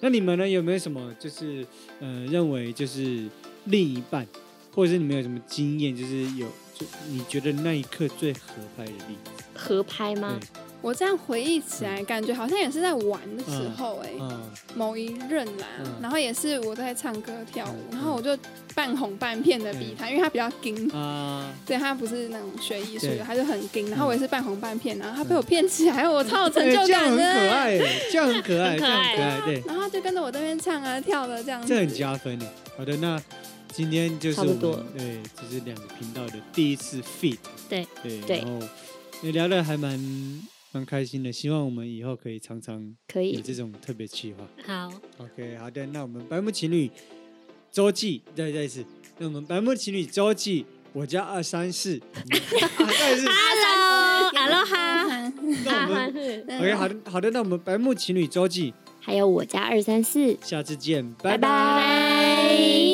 Speaker 2: 那你们呢？有没有什么就是呃，认为就是另一半，或者是你们有什么经验，就是有就你觉得那一刻最合拍的例子？
Speaker 3: 合拍吗？
Speaker 4: 我这样回忆起来，感觉好像也是在玩的时候哎、
Speaker 2: 啊、
Speaker 4: 某一任啦
Speaker 2: 嗯，
Speaker 4: 然后也是我在唱歌跳舞，
Speaker 2: 嗯
Speaker 4: 然后我就半哄半骗的逼他，因为他比较硬。
Speaker 2: 啊，
Speaker 4: 对他不是那种学艺术
Speaker 2: 对
Speaker 4: 的，他就很硬，然后我也是半哄半骗，然后他被我骗起来，我超有成
Speaker 2: 哎
Speaker 4: 就
Speaker 2: 嗯这样
Speaker 4: 感
Speaker 2: 很
Speaker 4: 的。
Speaker 2: 可爱耶，哎这样很可爱，
Speaker 1: 很
Speaker 2: 这
Speaker 1: 可
Speaker 2: 样
Speaker 1: 爱
Speaker 2: 很可爱，对，
Speaker 4: 然后他就跟着我这边唱啊跳的这样子
Speaker 2: 这。很加分耶。好的，那今天就是
Speaker 3: 嗯差不多
Speaker 2: 我们对，这是两个频道的第一次 fit，
Speaker 1: 对
Speaker 2: 对，
Speaker 3: 对
Speaker 2: 然后也聊得还蛮蛮开心的，希望我们以后可以常常
Speaker 3: 可
Speaker 2: 有
Speaker 3: 以，
Speaker 2: 这种特别计划。
Speaker 1: 好，
Speaker 2: OK，好的，那我们白木情侣周记再再一次，那我们白木情侣周记，我家二三 四，嗯啊再一次，
Speaker 1: Hello，阿罗 哈，
Speaker 4: 嗯
Speaker 2: 那我们 OK，好的，好的，那我们白木情侣周记，
Speaker 3: 还有我家二三四，
Speaker 2: 下次见，拜
Speaker 3: 拜拜